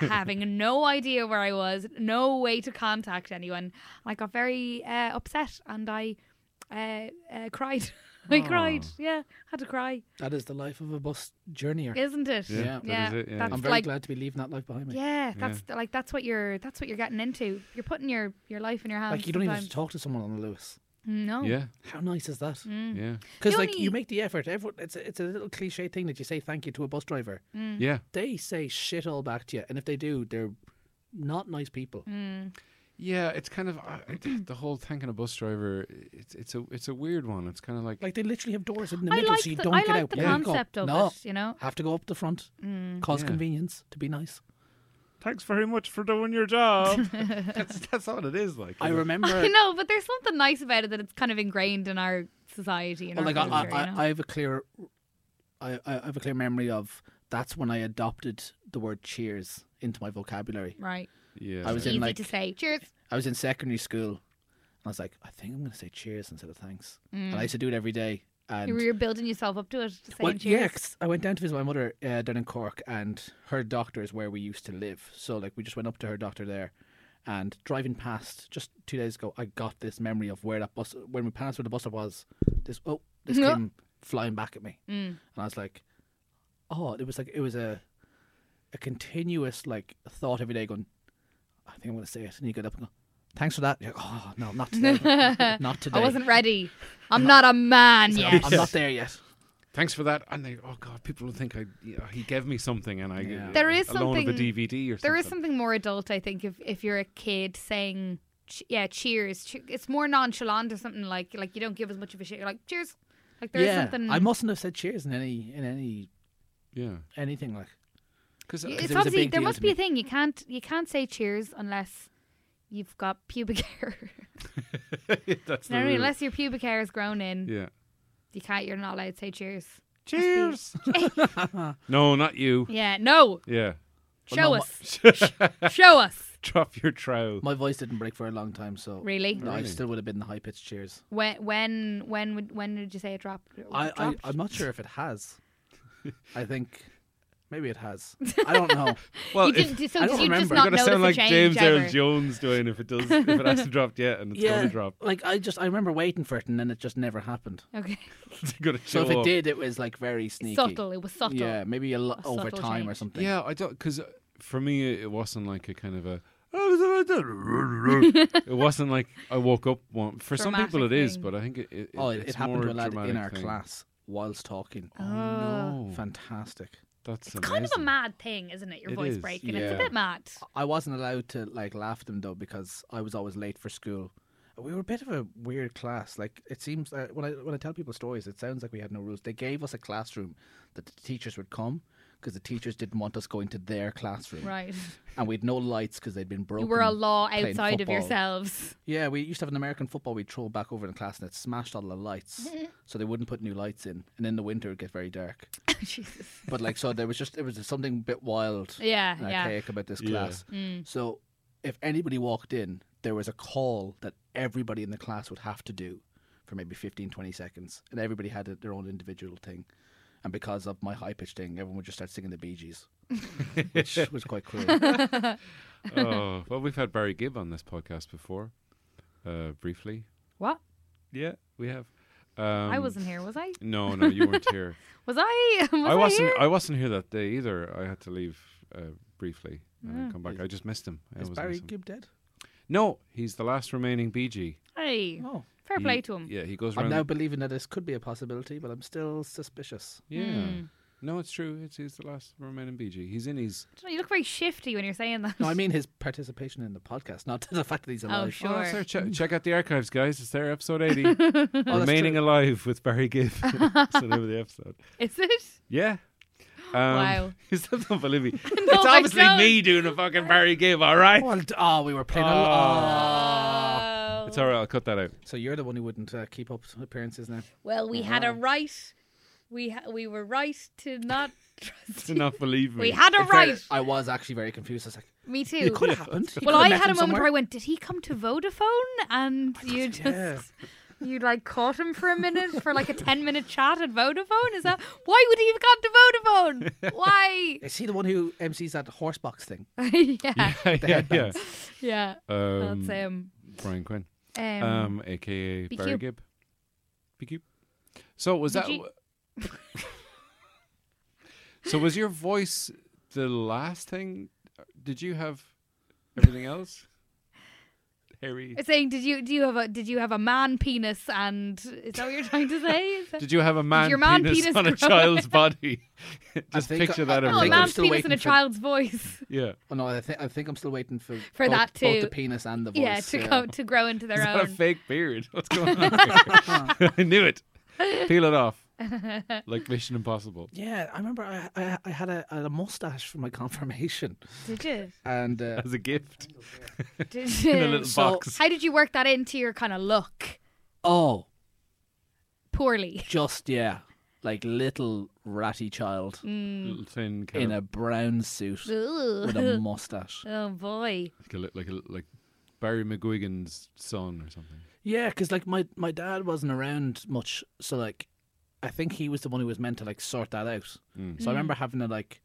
Speaker 3: having no idea where I was, no way to contact anyone. I got very uh, upset and I uh, uh, cried. I cried. Yeah, had to cry.
Speaker 2: That is the life of a bus journeyer.
Speaker 3: Isn't it?
Speaker 1: Yeah,
Speaker 2: Yeah.
Speaker 1: that
Speaker 3: yeah.
Speaker 1: is it, yeah.
Speaker 3: That's
Speaker 2: I'm very
Speaker 3: like
Speaker 2: glad to be leaving that life behind me.
Speaker 3: yeah, that's the- like that's what you're that's what you're getting into. You're putting your your life in your hands.
Speaker 2: Like, you don't even have
Speaker 3: sometimes.
Speaker 2: to talk to someone on the Lewis.
Speaker 3: No.
Speaker 1: Yeah,
Speaker 2: How nice is that?
Speaker 1: yeah,
Speaker 2: Because,
Speaker 3: Mm. The
Speaker 2: like,
Speaker 3: only-
Speaker 2: you make the effort. Everyone, it's, a, it's a little cliche thing that you say thank you to a bus driver.
Speaker 1: yeah,
Speaker 2: they say shit all back to you, and if they do, they're not nice people.
Speaker 3: Mm.
Speaker 1: yeah. It's kind of uh, the whole thanking a bus driver. It's it's a it's a weird one. It's kind of like,
Speaker 2: Like they literally have doors in the
Speaker 3: I
Speaker 2: middle,
Speaker 3: like
Speaker 2: so you
Speaker 3: the-
Speaker 2: don't
Speaker 3: I
Speaker 2: get
Speaker 3: like
Speaker 2: out.
Speaker 3: the
Speaker 2: but you can't go.
Speaker 3: concept of
Speaker 2: no,
Speaker 3: it, Mm. you know?
Speaker 2: have to go up the front, cause
Speaker 1: Yeah.
Speaker 2: convenience to be nice.
Speaker 1: thanks very much for doing your job. that's that's all it is. Like
Speaker 2: I
Speaker 1: you know?
Speaker 2: remember.
Speaker 3: I know, but there's something nice about it that it's kind of ingrained in our society and
Speaker 2: well,
Speaker 3: our
Speaker 2: like I,
Speaker 3: culture.
Speaker 2: I,
Speaker 3: you know?
Speaker 2: I, I have a clear, I, I I have a clear memory of that's when I adopted the word cheers into my vocabulary.
Speaker 3: right.
Speaker 1: Yeah,
Speaker 2: I was in
Speaker 3: Easy
Speaker 2: like
Speaker 3: to say. Cheers.
Speaker 2: I was in secondary school, and I was like, I think I'm going to say cheers instead of thanks, and I used to do it every day. And
Speaker 3: Mm. You were building yourself up to it. Saying
Speaker 2: Well,
Speaker 3: cheers.
Speaker 2: yeah, 'cause I went down to visit my mother uh, down in Cork, and her doctor is where we used to live. So, like, we just went up to her doctor there, and driving past just two days ago, I got this memory of where that bus, when we passed where the bus stop was. This oh, This
Speaker 3: Yeah.
Speaker 2: came flying back at me,
Speaker 3: Mm.
Speaker 2: and I was like, "Oh!" It was like it was a a continuous like thought every day, going, "I think I'm going to say it," and you get up and go, "Thanks for that." You're like, oh no, not today, not today.
Speaker 3: I wasn't ready. I'm not a man
Speaker 2: I'm
Speaker 3: yet.
Speaker 2: not- I'm not there yet.
Speaker 1: Thanks for that. And they, oh god, people will think I yeah, he gave me something, and I
Speaker 2: Yeah.
Speaker 1: uh,
Speaker 3: There is
Speaker 1: a loan of a
Speaker 3: something-
Speaker 1: DVD or something.
Speaker 3: There is something more adult, I think, if if you're a kid saying, ch- "Yeah, cheers." Che- It's more nonchalant or something like like you don't give as much of a shit. You're like, "Cheers." Like there's
Speaker 2: yeah,
Speaker 3: something.
Speaker 2: I mustn't have said cheers in any in any
Speaker 1: Yeah,
Speaker 2: anything like.
Speaker 1: because
Speaker 3: it's
Speaker 2: it was a
Speaker 3: obviously
Speaker 2: big
Speaker 3: there
Speaker 2: deal
Speaker 3: must
Speaker 2: to
Speaker 3: be a
Speaker 2: me.
Speaker 3: thing you can't you can't say cheers unless you've got pubic hair.
Speaker 1: that's
Speaker 3: no,
Speaker 1: the rule.
Speaker 3: unless your pubic hair is grown in,
Speaker 1: Yeah.
Speaker 3: you can't. You're not allowed to say cheers.
Speaker 1: Cheers. no, not you.
Speaker 3: Yeah, no.
Speaker 1: Yeah.
Speaker 3: Show
Speaker 2: no,
Speaker 3: us. Show us.
Speaker 1: Drop your trowel.
Speaker 2: My voice didn't break for a long time, so
Speaker 3: Really?
Speaker 2: no, I still would have been the high pitched cheers.
Speaker 3: When when when would when did you say it dropped? Was
Speaker 2: I,
Speaker 3: it
Speaker 2: I
Speaker 3: dropped?
Speaker 2: I'm not sure if it has. I think maybe it has. I don't know.
Speaker 1: Well,
Speaker 3: you
Speaker 1: if-
Speaker 3: didn't, so
Speaker 2: I
Speaker 3: did
Speaker 2: don't
Speaker 3: you just
Speaker 1: you're
Speaker 2: remember.
Speaker 3: not
Speaker 1: gonna
Speaker 3: notice
Speaker 1: sound
Speaker 3: a
Speaker 1: like
Speaker 3: change
Speaker 1: James Earl
Speaker 3: ever?
Speaker 1: Jones doing if it does if it hasn't dropped yet and it's going to drop.
Speaker 2: Like I just I remember waiting for it and then it just never happened.
Speaker 3: Okay.
Speaker 1: It's going to
Speaker 2: So
Speaker 1: show
Speaker 2: if it
Speaker 1: up.
Speaker 2: did, it was like very sneaky.
Speaker 3: Subtle. It was subtle.
Speaker 2: Yeah, maybe a lot
Speaker 3: A
Speaker 2: over
Speaker 3: subtle
Speaker 2: time or
Speaker 3: change.
Speaker 2: something.
Speaker 1: Yeah, I don't because for me it wasn't like a kind of a. it wasn't like I woke up one. For some
Speaker 3: Dramatic
Speaker 1: people it is,
Speaker 3: thing.
Speaker 1: but I think it. it
Speaker 2: Oh, it,
Speaker 1: it's
Speaker 2: it happened
Speaker 1: more
Speaker 2: to a lad in
Speaker 1: dramatic
Speaker 2: our
Speaker 1: thing.
Speaker 2: class whilst talking.
Speaker 1: Oh, no,
Speaker 2: Fantastic.
Speaker 1: that's
Speaker 3: It's kind of a
Speaker 1: amazing.
Speaker 3: mad thing, isn't it? Your
Speaker 1: It
Speaker 3: voice
Speaker 1: is,
Speaker 3: breaking. It's a
Speaker 1: yeah.
Speaker 3: bit mad.
Speaker 2: I wasn't allowed to like laugh at them though because I was always late for school. We were a bit of a weird class. Like it seems uh, when I when I tell people stories, it sounds like we had no rules. They gave us a classroom that the teachers would come because the teachers didn't want us going to their classroom,
Speaker 3: Right.
Speaker 2: and we had no lights because they'd been broken.
Speaker 3: You were a law
Speaker 2: playing
Speaker 3: outside of
Speaker 2: football.
Speaker 3: yourselves.
Speaker 2: Yeah, we used to have an American football. We'd throw back over in the class, and it smashed all the lights, so they wouldn't put new lights in. And in the winter, it'd get very dark.
Speaker 3: Jesus.
Speaker 2: But like, so there was just it was just something a bit wild
Speaker 3: Yeah,
Speaker 2: and
Speaker 3: yeah.
Speaker 2: archaic about this
Speaker 1: Yeah.
Speaker 2: class. So if anybody walked in, there was a call that everybody in the class would have to do for maybe 15, 20 seconds. And everybody had a- their own individual thing. And because of my high pitched thing, everyone would just start singing the Bee Gees, which was quite cool.
Speaker 1: oh, well, we've had Barry Gibb on this podcast before, uh, briefly.
Speaker 3: What?
Speaker 1: Yeah, we have. Um,
Speaker 3: I wasn't here, was I?
Speaker 1: No, no, you weren't here.
Speaker 3: Was I? Was
Speaker 1: I wasn't.
Speaker 3: here?
Speaker 1: I wasn't here that day either. I had to leave uh, briefly and
Speaker 3: Mm.
Speaker 1: then come back. I just missed him. I
Speaker 2: Is
Speaker 1: always
Speaker 2: Barry
Speaker 1: miss him.
Speaker 2: Gibb dead?
Speaker 1: No, he's the last remaining BG.
Speaker 3: Hey,
Speaker 2: Oh.
Speaker 3: fair
Speaker 1: He-
Speaker 3: play to him.
Speaker 1: Yeah, he goes
Speaker 2: I'm
Speaker 1: around.
Speaker 2: now believing that this could be a possibility, but I'm still suspicious.
Speaker 1: yeah.
Speaker 3: Hmm.
Speaker 1: No, it's true. It's he's the last remaining BG. He's in his.
Speaker 3: Dunno, You look very shifty when you're saying that.
Speaker 2: No, I mean his participation in the podcast, not the fact that he's alive.
Speaker 3: sure.
Speaker 1: Oh, that's there.
Speaker 2: Hmm.
Speaker 1: Che- check out the archives, guys. It's there, episode eighty. remaining
Speaker 2: true.
Speaker 1: alive with Barry Gibb. that's the name of the episode.
Speaker 3: Is it?
Speaker 1: Yeah. Um,
Speaker 3: Wow.
Speaker 1: You still don't believe me.
Speaker 3: I
Speaker 1: it's obviously
Speaker 3: don't.
Speaker 1: me doing a fucking Barry Gibb. All right.
Speaker 2: Well, d- oh, we were playing. al- oh.
Speaker 3: Oh.
Speaker 1: It's all right. I'll cut that out.
Speaker 2: So you're the one who wouldn't uh, keep up appearances now.
Speaker 3: Well, we had a
Speaker 2: Uh-huh.
Speaker 3: right. We ha- we were right to not trust.
Speaker 1: Do not believe me.
Speaker 3: we had a
Speaker 2: In fairness,
Speaker 3: right.
Speaker 2: I was actually very confused. I was like,
Speaker 3: Me too.
Speaker 2: it could have happened. You
Speaker 3: Well,
Speaker 2: could
Speaker 3: I
Speaker 2: have met
Speaker 3: had a
Speaker 2: him
Speaker 3: moment where I
Speaker 2: somewhere.
Speaker 3: went, "Did he come to Vodafone?" And you just you like caught him for a minute for like a ten minute chat at Vodafone. Is that why would he have gone to Vodafone? Why?
Speaker 2: Is he the one who MCs that horse box thing?
Speaker 3: yeah,
Speaker 1: yeah, yeah, yeah.
Speaker 3: yeah.
Speaker 1: Um,
Speaker 3: That's um,
Speaker 1: Brian Quinn,
Speaker 3: um,
Speaker 1: um, aka
Speaker 3: BQ.
Speaker 1: Barry Gibb. BQ. So was
Speaker 3: Did
Speaker 1: that?
Speaker 3: you-
Speaker 1: so was your voice the last thing? Did you have everything else? Harry,
Speaker 3: saying, did you do you have a did you have a man penis? And is that what you're trying to say? Is that-
Speaker 1: did you have a man,
Speaker 3: your man
Speaker 1: penis,
Speaker 3: penis
Speaker 1: on a
Speaker 3: grow?
Speaker 1: child's body? Just
Speaker 2: think-
Speaker 1: picture that.
Speaker 2: I- I
Speaker 3: Oh, a
Speaker 1: everybody.
Speaker 2: think I'm
Speaker 3: man's
Speaker 2: still
Speaker 3: penis
Speaker 2: waiting
Speaker 3: in a
Speaker 2: for-
Speaker 3: child's voice.
Speaker 1: yeah.
Speaker 2: Oh no, I think I think I'm still waiting for
Speaker 3: For
Speaker 2: both,
Speaker 3: that
Speaker 2: both the
Speaker 3: to-
Speaker 2: penis and the voice.
Speaker 3: yeah, to go to grow into their
Speaker 1: Is that a
Speaker 3: own.
Speaker 1: fake beard? What's going on? here? I knew it. Peel it off, like Mission Impossible.
Speaker 2: Yeah, I remember I I, I had a, a mustache for my confirmation,
Speaker 3: Did you?
Speaker 2: and uh,
Speaker 1: As a gift
Speaker 3: Did
Speaker 1: in a little
Speaker 3: you?
Speaker 2: So-
Speaker 1: box.
Speaker 3: How did you work that into your kind of look?
Speaker 2: oh,
Speaker 3: Poorly.
Speaker 2: just yeah, like little ratty child
Speaker 3: Mm.
Speaker 1: Little thin kind
Speaker 2: in
Speaker 1: of-
Speaker 2: a brown suit with a
Speaker 3: Ugh.
Speaker 2: mustache.
Speaker 3: Oh boy.
Speaker 1: Like a, li- like a, like Barry McGuigan's son or something.
Speaker 2: Yeah, because like my my dad wasn't around much, so like I think he was the one who was meant to like sort that out. So I
Speaker 3: Mm.
Speaker 2: remember having to like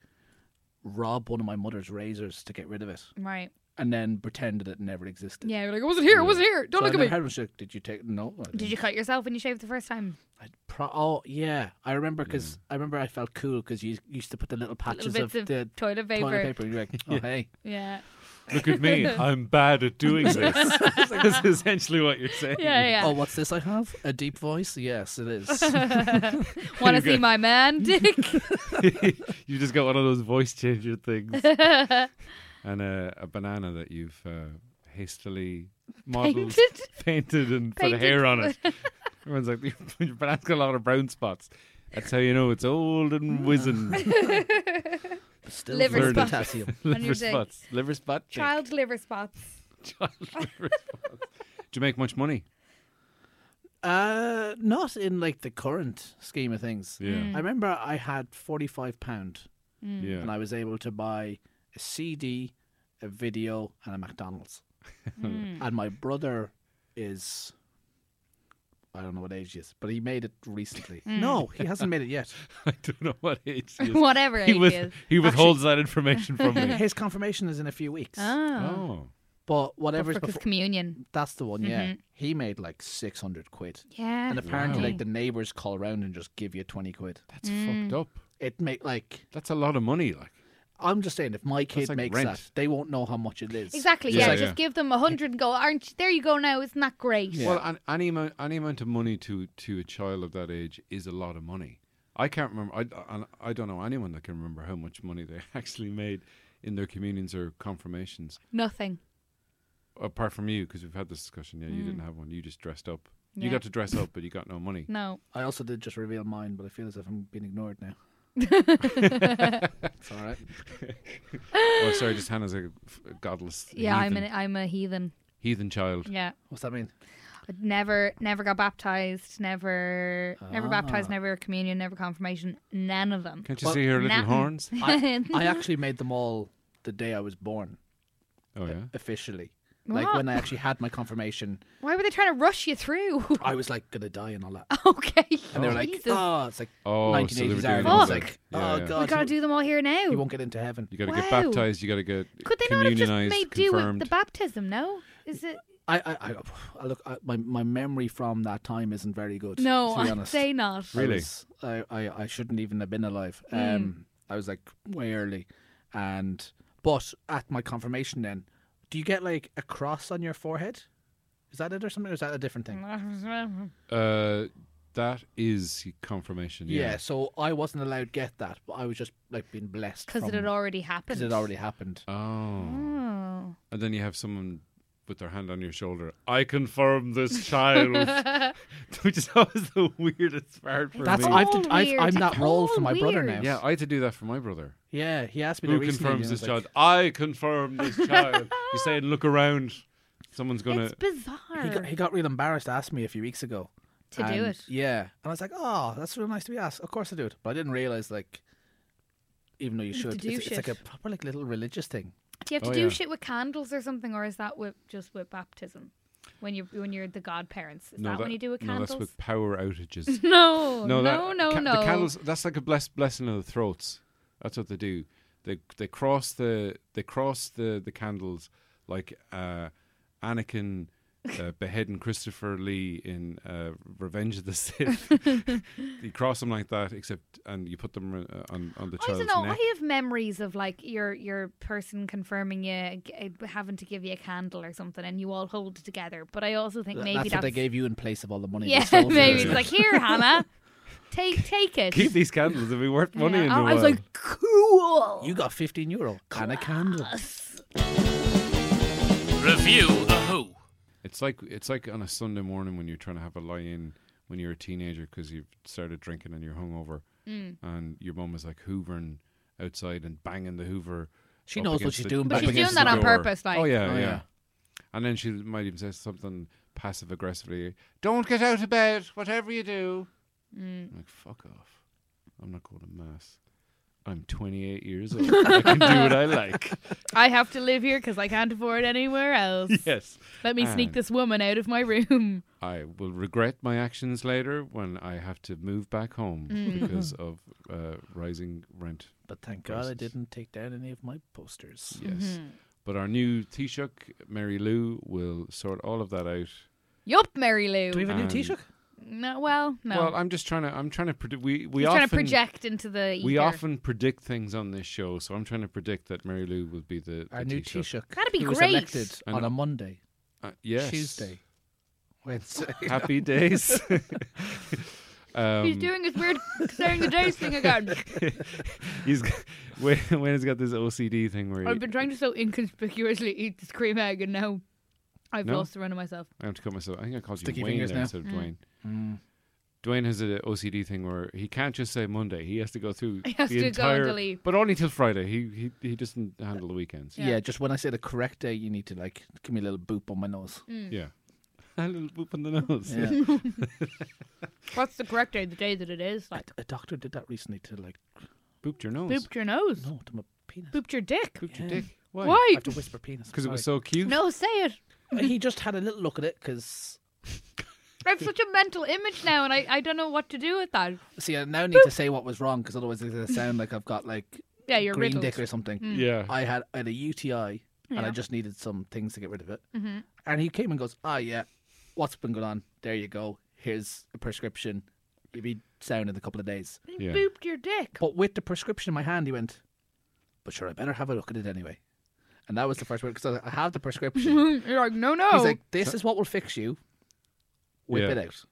Speaker 2: rob one of my mother's razors to get rid of it,
Speaker 3: Right.
Speaker 2: and then pretend that it never existed.
Speaker 3: Yeah, you're like, I wasn't here, I wasn't here. Don't
Speaker 2: so
Speaker 3: look
Speaker 2: I
Speaker 3: at me.
Speaker 2: never had one, she's like, Did you take no? I
Speaker 3: Did you cut yourself when you shaved the first time?
Speaker 2: I Pro- oh yeah, I remember because I remember I felt cool because you used to put the little patches
Speaker 3: Little bits
Speaker 2: of, the
Speaker 3: toilet paper.
Speaker 2: toilet paper. and You're like, oh hey,
Speaker 3: Yeah.
Speaker 1: Look at me. I'm bad at doing this. That's essentially what you're saying.
Speaker 3: Yeah, yeah.
Speaker 2: oh what's this I have? A deep voice? Yes, it is.
Speaker 3: Want to
Speaker 1: Okay.
Speaker 3: see my man, Dick?
Speaker 1: you just got one of those voice changer things and a, a banana that you've uh, hastily modeled,
Speaker 3: Painted.
Speaker 1: painted and
Speaker 3: Painted.
Speaker 1: put hair on it. Everyone's like, "Your- your banana's got a lot of brown spots. That's how you know it's old
Speaker 3: Mm.
Speaker 1: and wizened.
Speaker 2: But Still
Speaker 3: Liver
Speaker 2: full of
Speaker 1: spots.
Speaker 2: potassium.
Speaker 3: On
Speaker 1: liver
Speaker 3: your dick.
Speaker 1: spots. Liver spot. dick.
Speaker 3: Child liver spots.
Speaker 1: Child liver spots. Do you make much money?
Speaker 2: Uh, not in like the current scheme of things.
Speaker 1: Yeah.
Speaker 2: I remember I had forty five pound
Speaker 1: Mm.
Speaker 3: Mm.
Speaker 1: Yeah.
Speaker 2: and I was able to buy a CD, a video, and a McDonald's.
Speaker 3: Hmm.
Speaker 2: And my brother is. I don't know what age he is, but he made it recently.
Speaker 3: Hmm.
Speaker 2: No, he hasn't made it yet.
Speaker 1: I don't know what age he is.
Speaker 3: Whatever
Speaker 1: He,
Speaker 3: age
Speaker 1: with-
Speaker 3: he is.
Speaker 1: he withholds that information from me.
Speaker 2: His confirmation is in a few weeks.
Speaker 3: Oh.
Speaker 1: oh.
Speaker 2: But
Speaker 3: But
Speaker 2: whatever's
Speaker 3: for Mm-hmm. his
Speaker 2: before,
Speaker 3: communion.
Speaker 2: that's the one, yeah. He made like 600 quid.
Speaker 3: Yeah.
Speaker 2: And apparently,
Speaker 1: Wow.
Speaker 2: like, the neighbors call around and just give you 20 quid.
Speaker 1: That's
Speaker 3: Mm.
Speaker 1: fucked up.
Speaker 2: It make like,
Speaker 1: That's a lot of money. Like,
Speaker 2: I'm just saying, if my kid
Speaker 1: like
Speaker 2: makes
Speaker 1: rent.
Speaker 2: that, they won't know how much it is.
Speaker 3: Exactly.
Speaker 1: Yeah,
Speaker 3: Yeah.
Speaker 1: yeah.
Speaker 3: Just give them a hundred and go. Aren't you, there? You go now. Isn't that great?
Speaker 1: well, an, any amount, any amount of money to to a child of that age is a lot of money. I can't remember. I, I, I don't know anyone that can remember how much money they actually made in their communions or confirmations,
Speaker 3: Nothing.
Speaker 1: apart from you, because we've had this discussion. Yeah, you didn't have one. You just dressed up. You
Speaker 3: Mm. Yeah.
Speaker 1: got to dress up, but you got no money.
Speaker 3: No.
Speaker 2: I also did just reveal mine, but I feel as if I'm being ignored now. it's all right.
Speaker 1: oh, sorry, just Hannah's a, f- a godless.
Speaker 3: Yeah. I'm
Speaker 1: heathen,
Speaker 3: an, I'm a heathen.
Speaker 1: heathen child.
Speaker 3: Yeah.
Speaker 2: What's that mean?
Speaker 3: I'd never never got baptized. Never never
Speaker 2: Ah.
Speaker 3: baptized. Never communion. Never confirmation. None of them.
Speaker 1: Can't you
Speaker 2: Well,
Speaker 1: see her little
Speaker 3: nothing.
Speaker 1: horns?
Speaker 2: I, I actually made them all the day I was born,
Speaker 1: Oh yeah.
Speaker 2: officially. Like
Speaker 3: What?
Speaker 2: when I actually had my confirmation,
Speaker 3: Why were they trying to rush you through?
Speaker 2: I was like gonna die and all that.
Speaker 3: okay.
Speaker 2: And they were like,
Speaker 3: Jesus.
Speaker 2: "Oh, it's like
Speaker 1: Oh, so they were
Speaker 2: 1980s
Speaker 1: doing
Speaker 2: Ireland."
Speaker 1: all
Speaker 2: It's
Speaker 1: that.
Speaker 2: like,
Speaker 1: Yeah,
Speaker 2: "Oh
Speaker 1: yeah.
Speaker 2: God,
Speaker 3: we gotta
Speaker 2: you,
Speaker 3: do them all here now.
Speaker 2: you won't get into heaven."
Speaker 1: You got to get
Speaker 3: Wow.
Speaker 1: baptized. You got to get
Speaker 3: Could they not have just
Speaker 1: communionized,
Speaker 3: made do with
Speaker 1: confirmed.
Speaker 3: the baptism? No. Is it?
Speaker 2: I, I, I, I look. I, my my memory from that time isn't very good.
Speaker 3: No.
Speaker 2: to be
Speaker 3: I'd
Speaker 2: honest.
Speaker 3: say not.
Speaker 2: I
Speaker 1: Really? Hmm.
Speaker 2: was- I, I, I shouldn't even have been alive. Um, I was like way early, and but at my confirmation, then do you get like a cross on your forehead? Is that it or something? Or is that a different thing?
Speaker 1: Uh, that is confirmation.
Speaker 2: Yeah.
Speaker 1: Yeah.
Speaker 2: so I wasn't allowed to get that, but I was just like being blessed
Speaker 3: Because it had
Speaker 2: from-
Speaker 3: already happened.
Speaker 2: 'cause it already happened.
Speaker 1: Oh.
Speaker 3: Oh.
Speaker 1: And then you have someone with their hand on your shoulder. I confirm this child, which is always the weirdest part for
Speaker 2: That's
Speaker 1: me.
Speaker 2: I've,
Speaker 3: all
Speaker 2: to, I've
Speaker 3: weird.
Speaker 2: I'm
Speaker 3: That's
Speaker 2: that role for
Speaker 3: all
Speaker 2: my brother now.
Speaker 3: weird.
Speaker 1: yeah, I had to do that for my brother.
Speaker 2: yeah. He asked me
Speaker 1: Who
Speaker 2: to recently,
Speaker 1: confirms
Speaker 2: and I
Speaker 1: this
Speaker 2: was
Speaker 1: child? I confirm this child. you say, look around. Someone's gonna.
Speaker 3: It's bizarre
Speaker 2: Like, he got he got real embarrassed. to Ask me a few weeks ago.
Speaker 3: to do
Speaker 2: And,
Speaker 3: it.
Speaker 2: Yeah, and I was like, "Oh, that's real nice to be asked. Of course I do it." But I didn't realize, like, even though you
Speaker 3: have to
Speaker 2: should,
Speaker 3: do
Speaker 2: it's, it's
Speaker 3: shit.
Speaker 2: like a proper like little religious thing.
Speaker 3: Do you have to
Speaker 1: Oh,
Speaker 3: do
Speaker 1: yeah.
Speaker 3: shit with candles or something, or is that with just with baptism? When you when you're the godparents, is that, when you do with
Speaker 1: no,
Speaker 3: candles?
Speaker 1: that's with power outages.
Speaker 3: No, no,
Speaker 1: no,
Speaker 3: Oh, no,
Speaker 1: that, uh,
Speaker 3: no.
Speaker 1: ca- The candles. That's like a bless, blessing of the throats. That's what they do. They they cross the they cross the the candles like uh, Anakin uh, beheading Christopher Lee in uh, Revenge of the Sith. you cross them like that, except and you put them uh, on on the
Speaker 3: I
Speaker 1: child's
Speaker 3: don't know.
Speaker 1: neck.
Speaker 3: I have memories of like your your person confirming you, g- eh, having to give you a candle or something, and you all hold it together. But I also think
Speaker 2: Th-
Speaker 3: maybe
Speaker 2: that's, what they gave you in place of all the money. they
Speaker 3: Yeah,
Speaker 2: stole from
Speaker 3: maybe
Speaker 2: you.
Speaker 3: it's like here, Hannah, take take it.
Speaker 1: Keep these candles; they'll be worth
Speaker 3: Yeah.
Speaker 1: money in a
Speaker 3: Oh,
Speaker 1: while.
Speaker 3: I was like, cool.
Speaker 2: you got fifteen euro and a candle.
Speaker 4: Review the Who.
Speaker 1: It's like it's like on a Sunday morning when you're trying to have a lie in when you're a teenager because you've started drinking and you're hungover,
Speaker 3: Mm.
Speaker 1: and your mum is like hoovering outside and banging the Hoover.
Speaker 2: She
Speaker 1: up
Speaker 2: knows what
Speaker 1: against
Speaker 2: she's
Speaker 1: the-
Speaker 2: doing,
Speaker 1: up
Speaker 2: but she's
Speaker 1: against
Speaker 3: doing that
Speaker 1: the
Speaker 3: on
Speaker 1: door.
Speaker 3: purpose, like.
Speaker 1: oh yeah,
Speaker 2: Oh,
Speaker 1: yeah,
Speaker 2: yeah.
Speaker 1: And then she might even say something passive aggressively. Don't get out of bed, whatever you do.
Speaker 3: Mm.
Speaker 1: I'm like fuck off. I'm not going to mass. I'm 28 years old. I can do what I like.
Speaker 3: I have to live here because I can't afford anywhere else.
Speaker 1: Yes.
Speaker 3: Let me sneak
Speaker 1: And-
Speaker 3: this woman out of my room.
Speaker 1: I will regret my actions later when I have to move back home
Speaker 3: Mm-hmm.
Speaker 1: because of uh, rising rent.
Speaker 2: But thank God I
Speaker 1: Prices.
Speaker 2: didn't take down any of my posters.
Speaker 1: Yes.
Speaker 3: Mm-hmm.
Speaker 1: But our new Taoiseach, Mary Lou, will sort all of that out.
Speaker 3: Yup, Mary Lou.
Speaker 2: Do we have a new
Speaker 1: And-
Speaker 2: T-shirt?
Speaker 3: No, well, no.
Speaker 1: Well, I'm just trying to. I'm trying to predict. We we
Speaker 3: He's
Speaker 1: often
Speaker 3: trying to project into the ether.
Speaker 1: we often predict things on this show, so I'm trying to predict that Mary Lou will be the, the
Speaker 2: Our new
Speaker 1: Taoiseach.
Speaker 2: Taoiseach.
Speaker 3: That'd be
Speaker 2: who was
Speaker 3: great.
Speaker 2: elected
Speaker 1: I
Speaker 2: on
Speaker 1: know.
Speaker 2: a Monday,
Speaker 1: Uh, yes.
Speaker 2: Tuesday, Wednesday.
Speaker 1: Happy days. um,
Speaker 3: He's doing his weird staring the days thing again.
Speaker 1: he's g- Wayne, Wayne's got this OCD thing where he,
Speaker 3: I've been trying to so inconspicuously eat this cream egg, and now I've
Speaker 1: No?
Speaker 3: lost the run of myself.
Speaker 1: I have to cut myself. I think I called you
Speaker 2: Sticky
Speaker 1: Wayne
Speaker 2: fingers
Speaker 1: there
Speaker 2: now. Mm.
Speaker 1: instead of Dwayne. Dwayne has an OCD thing where he can't just say Monday. He has to go through
Speaker 3: He has
Speaker 1: the
Speaker 3: to go
Speaker 1: entire,
Speaker 3: and delete.
Speaker 1: but only till Friday. He he, he doesn't handle the weekends.
Speaker 3: Yeah.
Speaker 2: yeah. just when I say the correct day, you need to like give me a little boop on my nose.
Speaker 3: Mm.
Speaker 1: Yeah, a little boop on the nose.
Speaker 2: Yeah.
Speaker 3: What's the correct day? The day that it is. Like
Speaker 2: a doctor did that recently to like
Speaker 1: Booped your nose.
Speaker 3: booped your nose,
Speaker 2: no to my penis.
Speaker 3: booped your dick.
Speaker 1: Booped your
Speaker 2: Yeah.
Speaker 1: dick. Why?
Speaker 3: Why?
Speaker 2: I have to whisper penis
Speaker 1: Because it was so cute.
Speaker 3: No, say it.
Speaker 2: sorry. he just had a little look at it because
Speaker 3: I have such a mental image now, and I, I don't know what to do with that.
Speaker 2: see I now need to say what was wrong because otherwise it's gonna sound like I've got like
Speaker 3: Yeah, you're
Speaker 2: green
Speaker 3: riddled.
Speaker 2: dick or something.
Speaker 1: Yeah.
Speaker 2: I had I had a UTI and
Speaker 3: Yeah.
Speaker 2: I just needed some things to get rid of it. Mm-hmm. And he came and goes, ah yeah, what's been going on? There you go. Here's a prescription. You'll be sound in a couple of days.
Speaker 3: You
Speaker 1: Yeah.
Speaker 3: Booped your dick.
Speaker 2: But with the prescription in my hand, he went, But sure, I better have a look at it anyway. And that was the first word because I have the prescription.
Speaker 3: You're like, no, no.
Speaker 2: Mm. He's like, This is what will fix you. Whip
Speaker 1: Yeah.
Speaker 2: it out.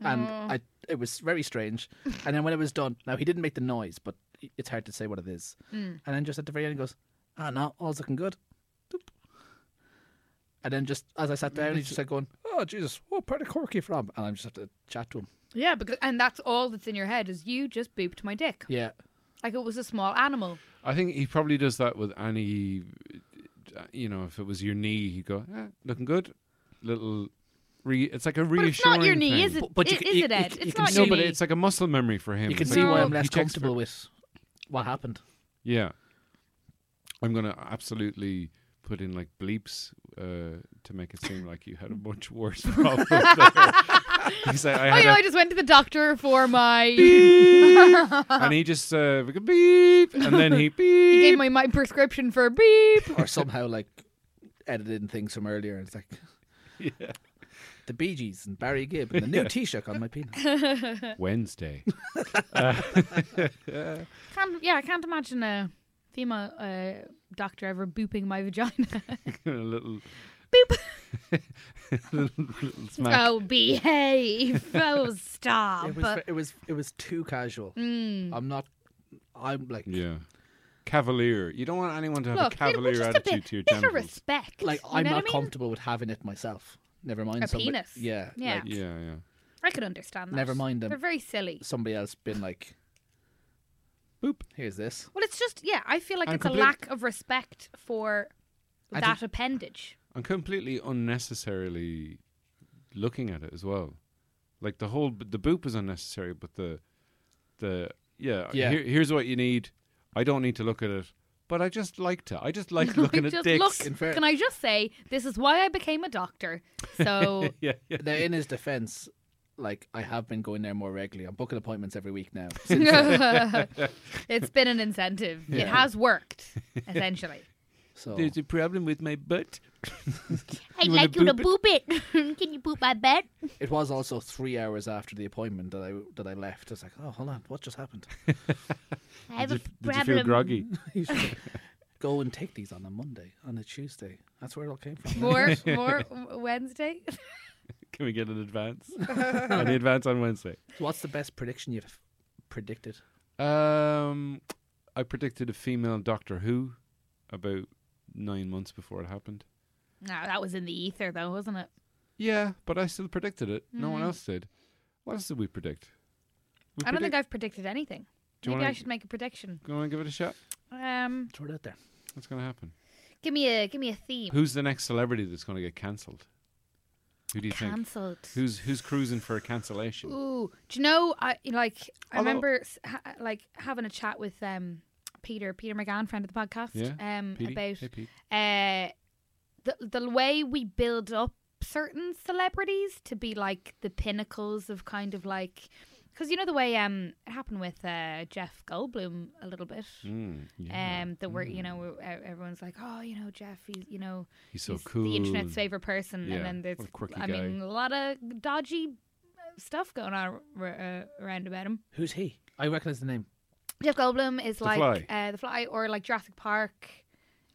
Speaker 2: And I, it was very strange. And then when it was done, now he didn't make the noise, but it's hard to say what it is. And then just at the very end, he goes, Ah, no, all's looking good. Doop. And then just as I sat down, he's just like going, Oh, Jesus, what part of Cork are you from? And I'm just have to chat to him.
Speaker 3: yeah, because and that's all that's in your head is you just booped my dick
Speaker 2: Yeah.
Speaker 3: like it was a small animal.
Speaker 1: I think he probably does that with any. uh, You know, if it was your knee, he'd go, eh, "Looking good." Little, re. It's like a
Speaker 3: But
Speaker 1: reassuring.
Speaker 3: it's not your knee,
Speaker 1: thing.
Speaker 3: is it?
Speaker 2: But- but you
Speaker 3: It-
Speaker 2: can-
Speaker 3: is
Speaker 2: you-
Speaker 3: it, Ed?
Speaker 2: you- you
Speaker 3: it's
Speaker 2: can
Speaker 3: not
Speaker 2: see
Speaker 1: No,
Speaker 3: your
Speaker 1: but
Speaker 3: knee.
Speaker 1: it's like a muscle memory for him.
Speaker 2: You can
Speaker 1: It's
Speaker 2: see
Speaker 1: like,
Speaker 2: why
Speaker 3: No.
Speaker 2: I'm less
Speaker 1: he checks for-
Speaker 2: comfortable with what happened.
Speaker 1: Yeah. I'm going to absolutely put in like bleeps uh, to make it seem like you had a much worse problem. there. Because I, I
Speaker 3: Oh, you know, I
Speaker 1: had
Speaker 3: just went to the doctor for my.
Speaker 1: a, and he just uh, like a beep, and then he beep.
Speaker 3: He gave me my prescription for beep.
Speaker 2: or somehow like edited in things from earlier. It's like the Bee Gees and Barry Gibb and the new Taoiseach on my penis.
Speaker 1: Wednesday.
Speaker 3: Can't, yeah, I can't imagine a female uh, doctor ever booping my vagina.
Speaker 1: a little.
Speaker 3: Boop.
Speaker 1: little, little smack.
Speaker 3: oh, behave. Oh, stop.
Speaker 2: It was, it was it was too casual.
Speaker 3: Mm.
Speaker 2: I'm not. I'm like
Speaker 1: Yeah. Cavalier. You don't want anyone to have
Speaker 3: Look,
Speaker 1: a
Speaker 3: it
Speaker 1: cavalier
Speaker 3: was just a
Speaker 1: attitude
Speaker 3: bit,
Speaker 1: to your
Speaker 3: bit of
Speaker 1: genitals.
Speaker 3: respect.
Speaker 2: like
Speaker 3: you
Speaker 2: I'm
Speaker 3: know
Speaker 2: not
Speaker 3: what I mean?
Speaker 2: comfortable with having it myself. Never mind
Speaker 3: A
Speaker 2: somebody.
Speaker 3: penis.
Speaker 2: Yeah.
Speaker 3: Yeah.
Speaker 2: like,
Speaker 1: Yeah, yeah.
Speaker 3: I could understand that.
Speaker 2: Never mind them.
Speaker 3: They're very silly.
Speaker 2: somebody else been like,
Speaker 1: Boop.
Speaker 2: here's this.
Speaker 3: Well, it's just yeah. I feel like
Speaker 1: I'm
Speaker 3: it's
Speaker 1: complete-
Speaker 3: a lack of respect for
Speaker 2: I
Speaker 3: that appendage.
Speaker 1: and completely unnecessarily looking at it as well. Like the whole the boop was unnecessary, but the the yeah,
Speaker 2: Yeah.
Speaker 1: Here, here's what you need. I don't need to look at it, but I just like to. I just like looking
Speaker 3: I
Speaker 1: at
Speaker 3: just
Speaker 1: dicks.
Speaker 2: In
Speaker 3: look.
Speaker 2: fair-
Speaker 3: Can I just say this is why I became a doctor? So
Speaker 1: yeah, yeah.
Speaker 2: Now in his defense, like I have been going there more regularly. I'm booking appointments every week now.
Speaker 3: it's been an incentive. It has worked essentially.
Speaker 2: So
Speaker 1: a problem with my butt.
Speaker 3: I'd
Speaker 1: You wanna
Speaker 3: like you to boop
Speaker 1: boop
Speaker 3: it. Can you boop my bed?
Speaker 2: It was also three hours after the appointment that I that I left. I was like, oh, hold on, what just happened?
Speaker 3: I
Speaker 1: Did
Speaker 3: have
Speaker 1: you,
Speaker 3: a
Speaker 1: did you
Speaker 3: problem.
Speaker 1: feel groggy?
Speaker 2: He's just like, Go and take these on a Monday, on a Tuesday. That's where it all came from.
Speaker 3: More, more Wednesday.
Speaker 1: Can we get an advance? Any advance on Wednesday?
Speaker 2: So what's the best prediction you've predicted?
Speaker 1: Um, I predicted a female Doctor Who about nine months before it happened.
Speaker 3: No, that was in the ether though, wasn't it?
Speaker 1: Yeah, but I still predicted it. No one else did. What else did we predict? We
Speaker 3: Mm-hmm. I don't think
Speaker 1: predict-
Speaker 3: I've predicted anything.
Speaker 1: Do you
Speaker 3: Maybe
Speaker 1: wanna-
Speaker 3: I should make a prediction.
Speaker 1: Go and give it a shot.
Speaker 3: Um,
Speaker 2: Throw it out there.
Speaker 1: What's going to happen?
Speaker 3: give me a give me a theme.
Speaker 1: Who's the next celebrity that's going to get cancelled? Who do you think?
Speaker 3: Cancelled.
Speaker 1: Who's who's cruising for a cancellation?
Speaker 3: Ooh, do you know? I like. I
Speaker 1: Although-
Speaker 3: remember s- ha- like having a chat with um Peter Peter McGann, friend of the podcast.
Speaker 1: Yeah,
Speaker 3: Um,
Speaker 1: Petey?
Speaker 3: about
Speaker 1: Hey, Pete.
Speaker 3: uh the the way we build up certain celebrities to be like the pinnacles of kind of like because you know the way um it happened with uh Jeff Goldblum a little bit.
Speaker 1: Mm, yeah. mm.
Speaker 3: Um, that we're you know e- everyone's like, oh, you know Jeff, he's you know
Speaker 1: he's so
Speaker 3: he's
Speaker 1: cool.
Speaker 3: the internet's
Speaker 1: and-
Speaker 3: favorite person,
Speaker 1: Yeah,
Speaker 3: and then there's
Speaker 1: what a quirky
Speaker 3: I
Speaker 1: guy.
Speaker 3: mean a lot of dodgy uh, stuff going on r- uh, around about him.
Speaker 2: Who's he? I recognise the name.
Speaker 3: Jeff Goldblum is like
Speaker 1: Fly.
Speaker 3: Uh, the Fly, or like Jurassic Park.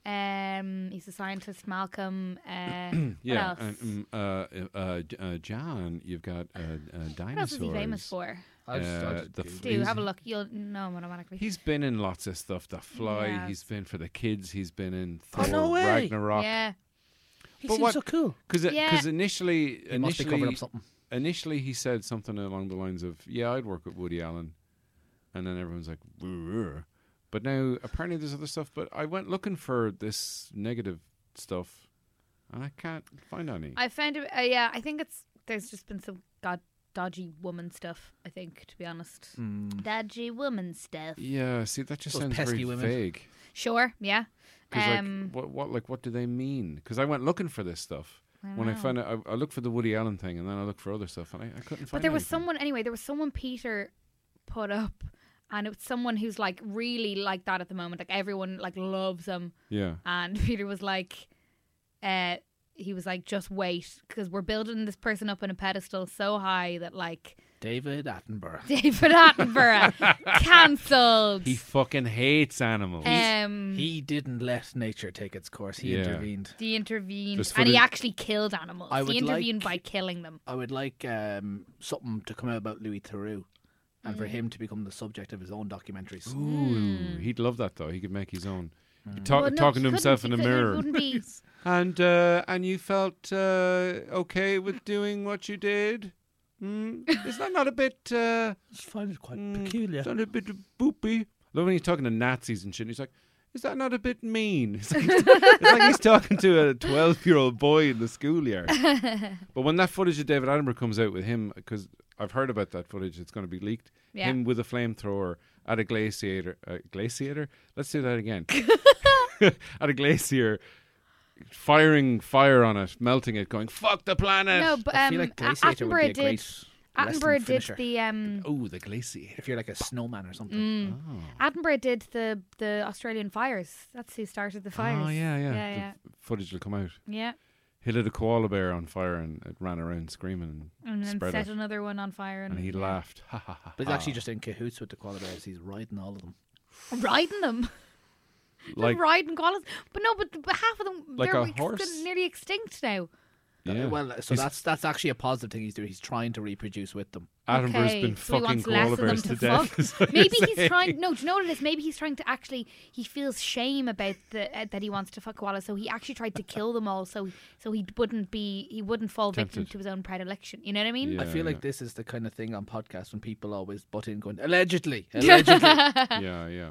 Speaker 3: Um, he's a scientist. Malcolm. Uh,
Speaker 1: Yeah,
Speaker 3: What
Speaker 1: and,
Speaker 3: else?
Speaker 1: um, uh, uh, uh, J- uh, John, you've got uh, uh,
Speaker 3: what else
Speaker 1: dinosaurs.
Speaker 3: is he famous for?
Speaker 2: I'll just- I'll
Speaker 1: Uh,
Speaker 2: just
Speaker 1: the
Speaker 2: Google
Speaker 1: f-
Speaker 3: Do
Speaker 1: He's-
Speaker 3: have a look. You'll know him automatically.
Speaker 1: He's been in lots of stuff. The Fly.
Speaker 3: Yeah.
Speaker 1: He's been for the kids. He's been in
Speaker 2: Oh,
Speaker 1: Thor,
Speaker 2: no way.
Speaker 1: Ragnarok.
Speaker 3: yeah.
Speaker 2: it. He
Speaker 1: But
Speaker 2: seems
Speaker 1: what-
Speaker 2: so cool.
Speaker 1: Because
Speaker 3: Yeah.
Speaker 1: initially,
Speaker 2: He must be
Speaker 1: initially,
Speaker 2: covering up something.
Speaker 1: initially he said something along the lines of, "Yeah, I'd work with Woody Allen," and then everyone's like, "Brr." "But now apparently there's other stuff." But I went looking for this negative stuff, and I can't find any.
Speaker 3: I found it. Uh, yeah, I think it's there's just been some god dodgy woman stuff. I think to be honest,
Speaker 1: Mm.
Speaker 3: dodgy woman stuff.
Speaker 1: yeah, see, that just
Speaker 2: Those
Speaker 1: sounds
Speaker 2: pesky
Speaker 1: very
Speaker 2: women.
Speaker 1: vague.
Speaker 3: Sure. Yeah.
Speaker 1: 'Cause,
Speaker 3: Um,
Speaker 1: like, what, what, like, what do they mean? Because I went looking for this stuff. when I found out, I, I looked for the Woody Allen thing, and then I looked for other stuff, and I, I couldn't find.
Speaker 3: But there was
Speaker 1: anything.
Speaker 3: someone anyway. There was someone Peter put up, and it was someone who's like really like that at the moment. Like everyone like loves him,
Speaker 1: Yeah.
Speaker 3: and Peter was like, uh, he was like, just wait, because we're building this person up on a pedestal so high that like
Speaker 2: David Attenborough.
Speaker 3: David Attenborough cancelled.
Speaker 1: He fucking hates animals.
Speaker 3: Um,
Speaker 2: He didn't let nature take its course. He
Speaker 1: Yeah.
Speaker 2: intervened.
Speaker 3: he intervened,
Speaker 1: Just for
Speaker 3: and he
Speaker 1: the-
Speaker 3: actually killed animals.
Speaker 2: I would
Speaker 3: he intervened
Speaker 2: like-
Speaker 3: by killing them.
Speaker 2: I would like um, something to come out about Louis Theroux, and
Speaker 3: Mm.
Speaker 2: for him to become the subject of his own documentaries.
Speaker 1: Ooh, he'd love that though. He could make his own. Talk,
Speaker 3: Hmm. Well, no,
Speaker 1: talking
Speaker 3: he
Speaker 1: to himself in
Speaker 3: couldn't,
Speaker 1: the
Speaker 3: he couldn't-
Speaker 1: mirror.
Speaker 3: It wouldn't be.
Speaker 1: And uh, and you felt uh, okay with doing what you did? Mm? Is that not a bit? Uh,
Speaker 2: I just find it quite
Speaker 1: mm,
Speaker 2: peculiar.
Speaker 1: Is that a bit boopy? Love when he's talking to Nazis and shit. He's like, "Is that not a bit mean?" It's like, it's like he's talking to a twelve-year-old boy in the schoolyard. but when that footage of David Attenborough comes out with him, because I've heard about that footage, it's going to be leaked.
Speaker 3: Yeah.
Speaker 1: Him with a flamethrower at a glaciator. Uh, glaciator. Let's do that again. at a glacier, firing fire on it, melting it, going "fuck the planet."
Speaker 3: No, but
Speaker 2: I
Speaker 3: um,
Speaker 2: feel like
Speaker 3: A-
Speaker 2: Glaciator would be a
Speaker 3: Attenborough did.
Speaker 2: great wrestling
Speaker 3: Attenborough did
Speaker 2: finisher.
Speaker 3: the Mm. um.
Speaker 1: oh, the glaciator.
Speaker 2: If you're like a snowman or something.
Speaker 3: Attenborough did the the Australian fires. That's who started the fires.
Speaker 1: Oh yeah, yeah.
Speaker 3: yeah,
Speaker 1: The
Speaker 3: yeah.
Speaker 1: f- footage will come out.
Speaker 3: yeah.
Speaker 1: He lit a koala bear on fire and it ran around screaming and,
Speaker 3: And then
Speaker 1: spread
Speaker 3: set
Speaker 1: it.
Speaker 3: another one on fire, and,
Speaker 1: And he laughed. Ha ha ha.
Speaker 2: But he's actually just in cahoots with the koala bears. He's riding all of them.
Speaker 3: riding them,
Speaker 1: Like,
Speaker 3: riding koalas. But no, but, but half of them
Speaker 1: Like
Speaker 3: they're
Speaker 1: a
Speaker 3: ex-
Speaker 1: horse?
Speaker 3: nearly extinct now.
Speaker 1: yeah.
Speaker 2: Well, so
Speaker 1: He's-
Speaker 2: that's that's actually a positive thing he's doing. He's trying to reproduce with them.
Speaker 1: Attenborough's
Speaker 3: okay,
Speaker 1: been
Speaker 3: so he
Speaker 1: fucking
Speaker 3: wants less
Speaker 1: koala
Speaker 3: of them
Speaker 1: bears
Speaker 3: to
Speaker 1: to, death.
Speaker 3: fuck.
Speaker 1: is what
Speaker 3: Maybe
Speaker 1: you're
Speaker 3: he's
Speaker 1: saying.
Speaker 3: trying. No, do you know what it is? Maybe he's trying to actually. He feels shame about the uh, that he wants to fuck koalas, so he actually tried to kill them all, so so he wouldn't be he wouldn't fall victim
Speaker 1: Tempted.
Speaker 3: to his own predilection. You know what I mean?
Speaker 1: Yeah,
Speaker 2: I feel
Speaker 1: yeah.
Speaker 2: like this is the kind of thing on podcasts when people always butt in going allegedly, allegedly.
Speaker 1: yeah, yeah.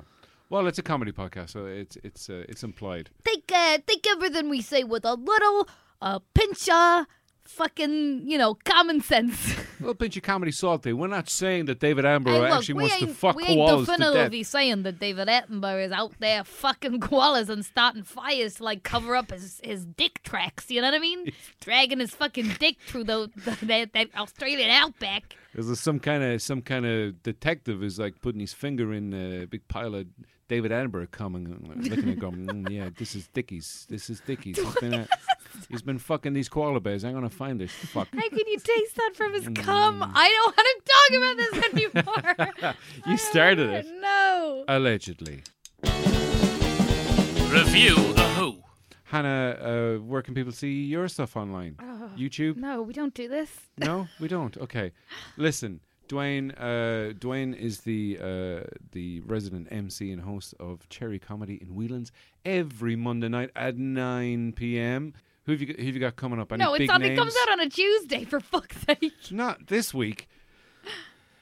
Speaker 1: Well, it's a comedy podcast, so it's it's uh, it's implied.
Speaker 3: think uh, think everything we say with a little a pinch of fucking you know common sense.
Speaker 1: A little pinch of comedy salty. We're not saying that David Attenborough
Speaker 3: And look,
Speaker 1: actually
Speaker 3: we
Speaker 1: wants to
Speaker 3: ain't-
Speaker 1: fuck
Speaker 3: we ain't
Speaker 1: koalas to death.
Speaker 3: definitely saying that David Attenborough is out there fucking koalas and starting fires to like cover up his, his dick tracks. You know what I mean? Dragging his fucking dick through the, the that, that Australian outback.
Speaker 1: There's a- some kind of some kind of detective is like putting his finger in a big pile of David Attenborough coming and like, looking and going, mm, yeah, this is Dickies. This is Dickies. He's been, uh, he's been fucking these koala bears. I'm gonna find this fuck.
Speaker 3: How can you taste that from his
Speaker 1: Mm.
Speaker 3: cum? I don't want to talk about this anymore.
Speaker 1: You started it
Speaker 3: No.
Speaker 1: allegedly.
Speaker 4: Review the Who.
Speaker 1: Hannah, uh, where can people see your stuff online? YouTube?
Speaker 3: No, we don't do this.
Speaker 1: No, we don't. Okay, listen, Dwayne. Uh, Dwayne is the uh, the resident MC and host of Cherry Comedy in Whelan's every Monday night at nine p.m. Who have you got, who have you got coming up? Any
Speaker 3: no,
Speaker 1: big
Speaker 3: it's on, it comes
Speaker 1: names?
Speaker 3: out on a Tuesday, for fuck's sake.
Speaker 1: Not this week.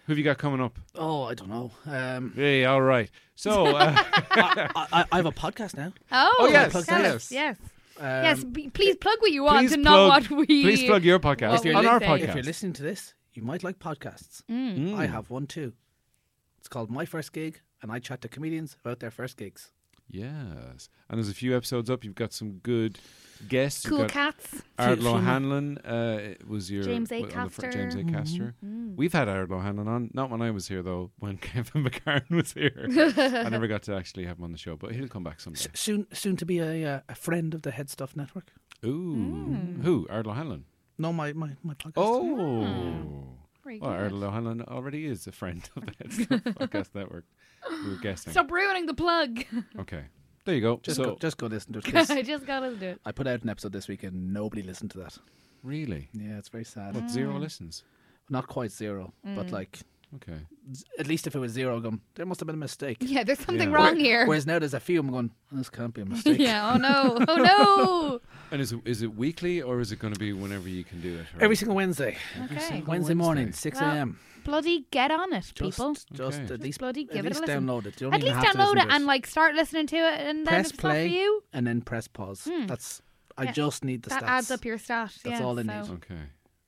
Speaker 1: Who have you got coming up?
Speaker 2: oh, I don't know. Um,
Speaker 1: Hey, all right. So, uh,
Speaker 2: I, I, I have a podcast now.
Speaker 3: Oh,
Speaker 1: Oh, yes,
Speaker 3: tell
Speaker 1: yes.
Speaker 3: us, yes. Yes,
Speaker 2: Um,
Speaker 3: b- please plug what you want
Speaker 1: please
Speaker 3: and
Speaker 1: plug,
Speaker 3: not what we.
Speaker 1: please plug your podcast
Speaker 3: what we
Speaker 1: on our
Speaker 3: say.
Speaker 2: If you're
Speaker 1: podcast. Mm.
Speaker 2: listening to this, you might like podcasts. I have one too. It's called My First Gig, and I chat to comedians about their first gigs.
Speaker 1: Yes, and there's a few episodes up. You've got some good guests. You've
Speaker 3: Cool
Speaker 1: got
Speaker 3: cats.
Speaker 1: Ardlo Hanlon uh, was your
Speaker 3: James A.
Speaker 1: w- on the fr-
Speaker 3: Castor. Mm-hmm. Mm.
Speaker 1: James A. Castor. We've had Ardlo Hanlon on, not when I was here though. When Kevin McCarron was here, I never got to actually have him on the show, but he'll come back someday.
Speaker 2: S- soon, soon to be a uh, a friend of the Head Stuff Network.
Speaker 3: Mm.
Speaker 1: Ooh, who Ardlo Hanlon?
Speaker 2: No, my my my podcast.
Speaker 1: Oh,
Speaker 3: very
Speaker 1: Well,
Speaker 3: good.
Speaker 1: Erdal O'Hanlon already is a friend of that stuff podcast network. We were guessing.
Speaker 3: Stop ruining the plug.
Speaker 1: okay. There you go.
Speaker 2: Just,
Speaker 1: so,
Speaker 2: go, just go listen to it. 'cause
Speaker 3: I just gotta do it.
Speaker 2: I put out an episode this week and nobody listened to that.
Speaker 1: really?
Speaker 2: Yeah, it's very sad.
Speaker 3: Mm.
Speaker 1: What, zero listens?
Speaker 2: Not quite zero, but like,
Speaker 1: Okay.
Speaker 2: z- at least if it was zero, I'm going, there must have been a mistake.
Speaker 3: Yeah, there's something
Speaker 1: Yeah.
Speaker 3: wrong
Speaker 2: Where-
Speaker 3: here.
Speaker 2: Whereas now there's a few I'm going, this can't be a mistake.
Speaker 3: yeah. Oh no. Oh
Speaker 1: And is it, is it weekly or is it going to be whenever you can do it? or-
Speaker 2: Every single Wednesday.
Speaker 3: no. Okay.
Speaker 2: Wednesday morning,
Speaker 1: Wednesday.
Speaker 2: 6
Speaker 3: Well,
Speaker 2: a.m.
Speaker 3: Bloody get on it,
Speaker 2: Just,
Speaker 3: people.
Speaker 2: just
Speaker 1: Okay.
Speaker 2: at least,
Speaker 3: bloody give
Speaker 2: at
Speaker 3: it
Speaker 2: least
Speaker 3: a listen.
Speaker 2: download it. You don't
Speaker 3: At
Speaker 2: even
Speaker 3: least
Speaker 2: have to listen
Speaker 3: download
Speaker 2: to
Speaker 3: it and like start listening to it, and then
Speaker 2: press
Speaker 3: if it's not for
Speaker 2: play
Speaker 3: you,
Speaker 2: and then press pause. That's I
Speaker 3: Hmm. Yeah.
Speaker 2: just need the
Speaker 3: that
Speaker 2: stats.
Speaker 3: adds up your stats.
Speaker 2: That's
Speaker 3: yeah,
Speaker 2: all I
Speaker 3: so
Speaker 2: need.
Speaker 1: Okay.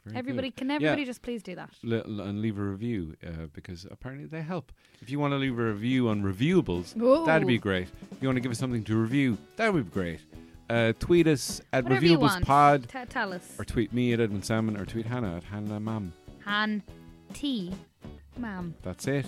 Speaker 1: Very
Speaker 3: Everybody,
Speaker 1: good.
Speaker 3: can
Speaker 1: Yeah.
Speaker 3: everybody just please do that?
Speaker 1: Le- le- and leave a review uh, because apparently they help. If you want to leave a review on reviewables, that'd be
Speaker 3: Ooh.
Speaker 1: great. If you want to give us something to review, that would be great. Uh, tweet us at
Speaker 3: Whatever you want.
Speaker 1: reviewablespod
Speaker 3: T- tell us.
Speaker 1: or tweet me at Edwin Salmon or tweet Hannah at Hannah Mam.
Speaker 3: Han, tea, ma'am.
Speaker 1: That's it.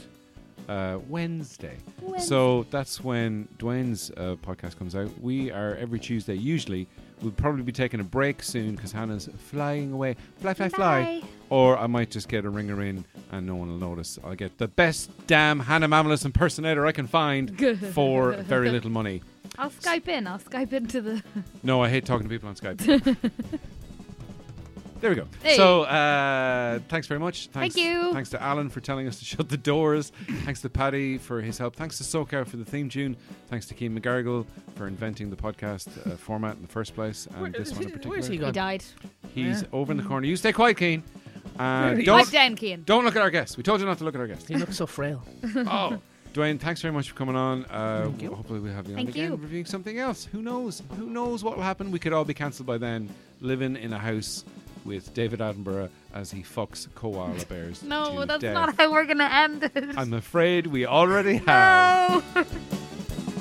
Speaker 1: Uh, Wednesday. So that's when Dwayne's uh, podcast comes out. We are every Tuesday, usually. We'll probably be taking a break soon because Hannah's flying away. Fly, fly, fly.
Speaker 3: Bye.
Speaker 1: Or I might just get a ringer in and no one will notice. I'll get the best damn Hannah Mamelis impersonator I can find for very little money.
Speaker 3: I'll Skype in. I'll Skype into the.
Speaker 1: No, I hate talking to people on Skype. there we go.
Speaker 3: Hey.
Speaker 1: So, uh, thanks very much. Thanks,
Speaker 3: Thank you.
Speaker 1: Thanks to Alan for telling us to shut the doors. thanks to Paddy for his help. Thanks to SoCal for the theme tune. Thanks to Keane McGarrigle for inventing the podcast uh, format in the first place and
Speaker 2: Where-
Speaker 1: this one in particular.
Speaker 2: where's he
Speaker 3: He
Speaker 2: gone? Mm.
Speaker 3: died.
Speaker 1: He's over in the corner. You stay quiet, Keane. Uh,
Speaker 2: Where is-
Speaker 3: Pipe
Speaker 1: don't,
Speaker 3: down, Kean.
Speaker 1: don't look at our guests. We told you not to look at our guests.
Speaker 2: He looks so frail.
Speaker 1: oh, Dwayne, thanks very much for coming on. Uh,
Speaker 2: Thank you.
Speaker 1: Hopefully, we'll have you on
Speaker 3: Thank
Speaker 1: again,
Speaker 3: you.
Speaker 1: reviewing something else. Who knows? Who knows what will happen? We could all be cancelled by then, living in a house with David Attenborough as he fucks koala bears.
Speaker 3: No,
Speaker 1: to
Speaker 3: that's
Speaker 1: death.
Speaker 3: not how we're gonna end it.
Speaker 1: I'm afraid we already have.
Speaker 3: no.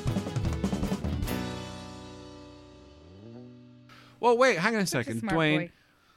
Speaker 1: Well, wait, hang on a
Speaker 3: a
Speaker 1: second,
Speaker 3: smart
Speaker 1: Dwayne.
Speaker 3: boy.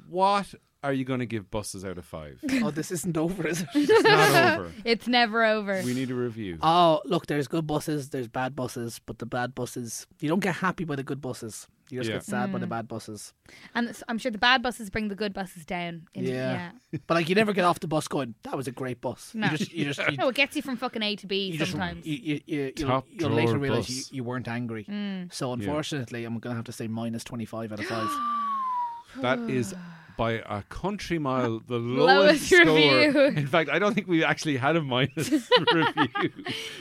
Speaker 1: What are you going to give buses out of five?
Speaker 2: oh, this isn't over, is it?
Speaker 1: It's not over.
Speaker 3: It's never over.
Speaker 1: We need a review.
Speaker 3: Uh,
Speaker 2: oh, look, there's good buses, there's bad buses, but the bad buses, you don't get happy by the good buses. You just
Speaker 1: Yeah.
Speaker 2: get sad by
Speaker 3: Hmm.
Speaker 2: the bad buses.
Speaker 3: and it's- I'm sure the bad buses bring the good buses down. In-
Speaker 2: Yeah. but like, you never get off the bus going, that was a great bus.
Speaker 3: No.
Speaker 2: You just, you just, you,
Speaker 3: No, it gets you from fucking A to B
Speaker 2: you just,
Speaker 3: sometimes.
Speaker 2: you, you, you, you'll,
Speaker 1: Top
Speaker 2: you'll later
Speaker 1: drawer
Speaker 2: realize
Speaker 1: bus.
Speaker 2: you, you weren't angry.
Speaker 3: Hmm.
Speaker 2: So unfortunately, I'm going to have to say minus 25 out of 5.
Speaker 1: That is by a country mile the lowest,
Speaker 3: Lowest review.
Speaker 1: score. In fact, I don't think we actually had a minus review.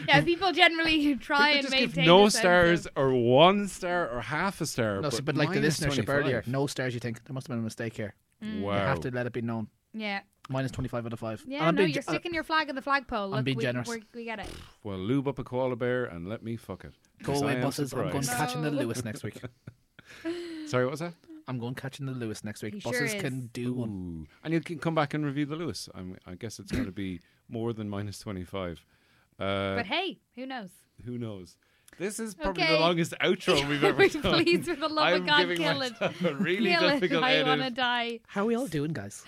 Speaker 3: yeah, people generally try
Speaker 1: People
Speaker 3: and
Speaker 1: just give
Speaker 3: maintain
Speaker 1: no
Speaker 3: the sense
Speaker 1: stars
Speaker 3: of-
Speaker 1: or one star or half a star.
Speaker 2: no, so, but like the
Speaker 1: minus
Speaker 2: listenership
Speaker 1: 25.
Speaker 2: earlier, no stars, you think, there must have been a mistake here.
Speaker 1: Wow.
Speaker 2: You have to let it be known.
Speaker 3: Yeah,
Speaker 2: Minus 25 out of 5. And
Speaker 3: yeah. No,
Speaker 2: being
Speaker 3: you're
Speaker 2: ge- uh,
Speaker 3: sticking your flag in the flagpole. Look,
Speaker 2: being
Speaker 3: we,
Speaker 2: generous.
Speaker 3: We're, we get it.
Speaker 1: Well, lube up a koala bear and let me fuck it.
Speaker 2: Go
Speaker 1: 'Cause I
Speaker 2: away,
Speaker 1: am
Speaker 2: buses. I'm going
Speaker 1: surprised.
Speaker 2: catching the
Speaker 3: No.
Speaker 2: Lewis next week.
Speaker 1: Sorry, what was that?
Speaker 2: I'm going catching the Lewis next week.
Speaker 3: He sure
Speaker 2: buses
Speaker 3: is.
Speaker 2: can do one.
Speaker 1: Ooh. And you can come back and review the Lewis. I'm, I guess it's going to be more than minus 25. Uh,
Speaker 3: but hey, who knows?
Speaker 1: who knows? This is probably
Speaker 3: Okay.
Speaker 1: the longest outro we've ever
Speaker 3: Please,
Speaker 1: done.
Speaker 3: for the love of
Speaker 1: I'm
Speaker 3: God,
Speaker 1: giving
Speaker 3: kill it.
Speaker 1: myself a really
Speaker 3: Kill it.
Speaker 1: difficult
Speaker 3: I want to
Speaker 1: edit.
Speaker 3: die.
Speaker 2: How are we all doing, guys?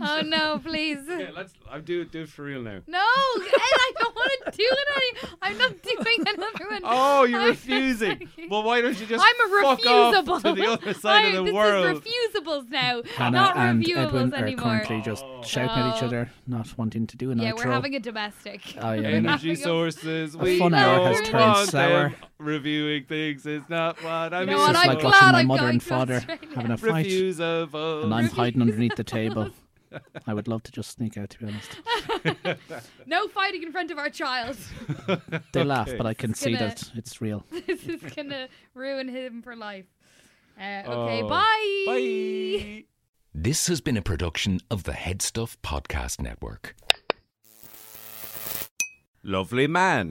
Speaker 3: Oh no, please.
Speaker 1: Yeah, let's. I'm do it. Do it for real now.
Speaker 3: No, Ed, I don't want to do it. Any- I'm not doing another one.
Speaker 1: Oh, you're
Speaker 3: I'm-
Speaker 1: refusing. Well, why don't you just
Speaker 3: I'm a
Speaker 1: fuck off
Speaker 3: refusable.
Speaker 1: to the other side
Speaker 3: I-
Speaker 1: of the
Speaker 3: this
Speaker 1: world?
Speaker 3: is refusables now, not reviewables anymore.
Speaker 2: just
Speaker 3: shouting at each Oh.
Speaker 2: other, not wanting to do an
Speaker 3: Yeah, we're having a domestic.
Speaker 2: Uh,
Speaker 1: Energy
Speaker 3: Nothing else.
Speaker 1: sources.
Speaker 2: A
Speaker 1: We
Speaker 2: fun hour
Speaker 1: don't
Speaker 2: has turned
Speaker 1: want
Speaker 2: sour.
Speaker 1: them. Reviewing things is not what I'm
Speaker 3: know
Speaker 1: here
Speaker 3: what, I'm
Speaker 1: for.
Speaker 3: glad I'm going to Australia.
Speaker 2: having a
Speaker 1: Refusable.
Speaker 2: hiding underneath the table. I would love to just sneak out, to be honest.
Speaker 3: No fighting in front of our child.
Speaker 2: They laugh, but I can
Speaker 3: It's gonna-
Speaker 2: it's real.
Speaker 3: this is gonna ruin him for life. Uh, okay,
Speaker 1: Oh.
Speaker 3: bye.
Speaker 1: Bye.
Speaker 4: This has been a production of the Head Stuff Podcast Network.
Speaker 1: Lovely man.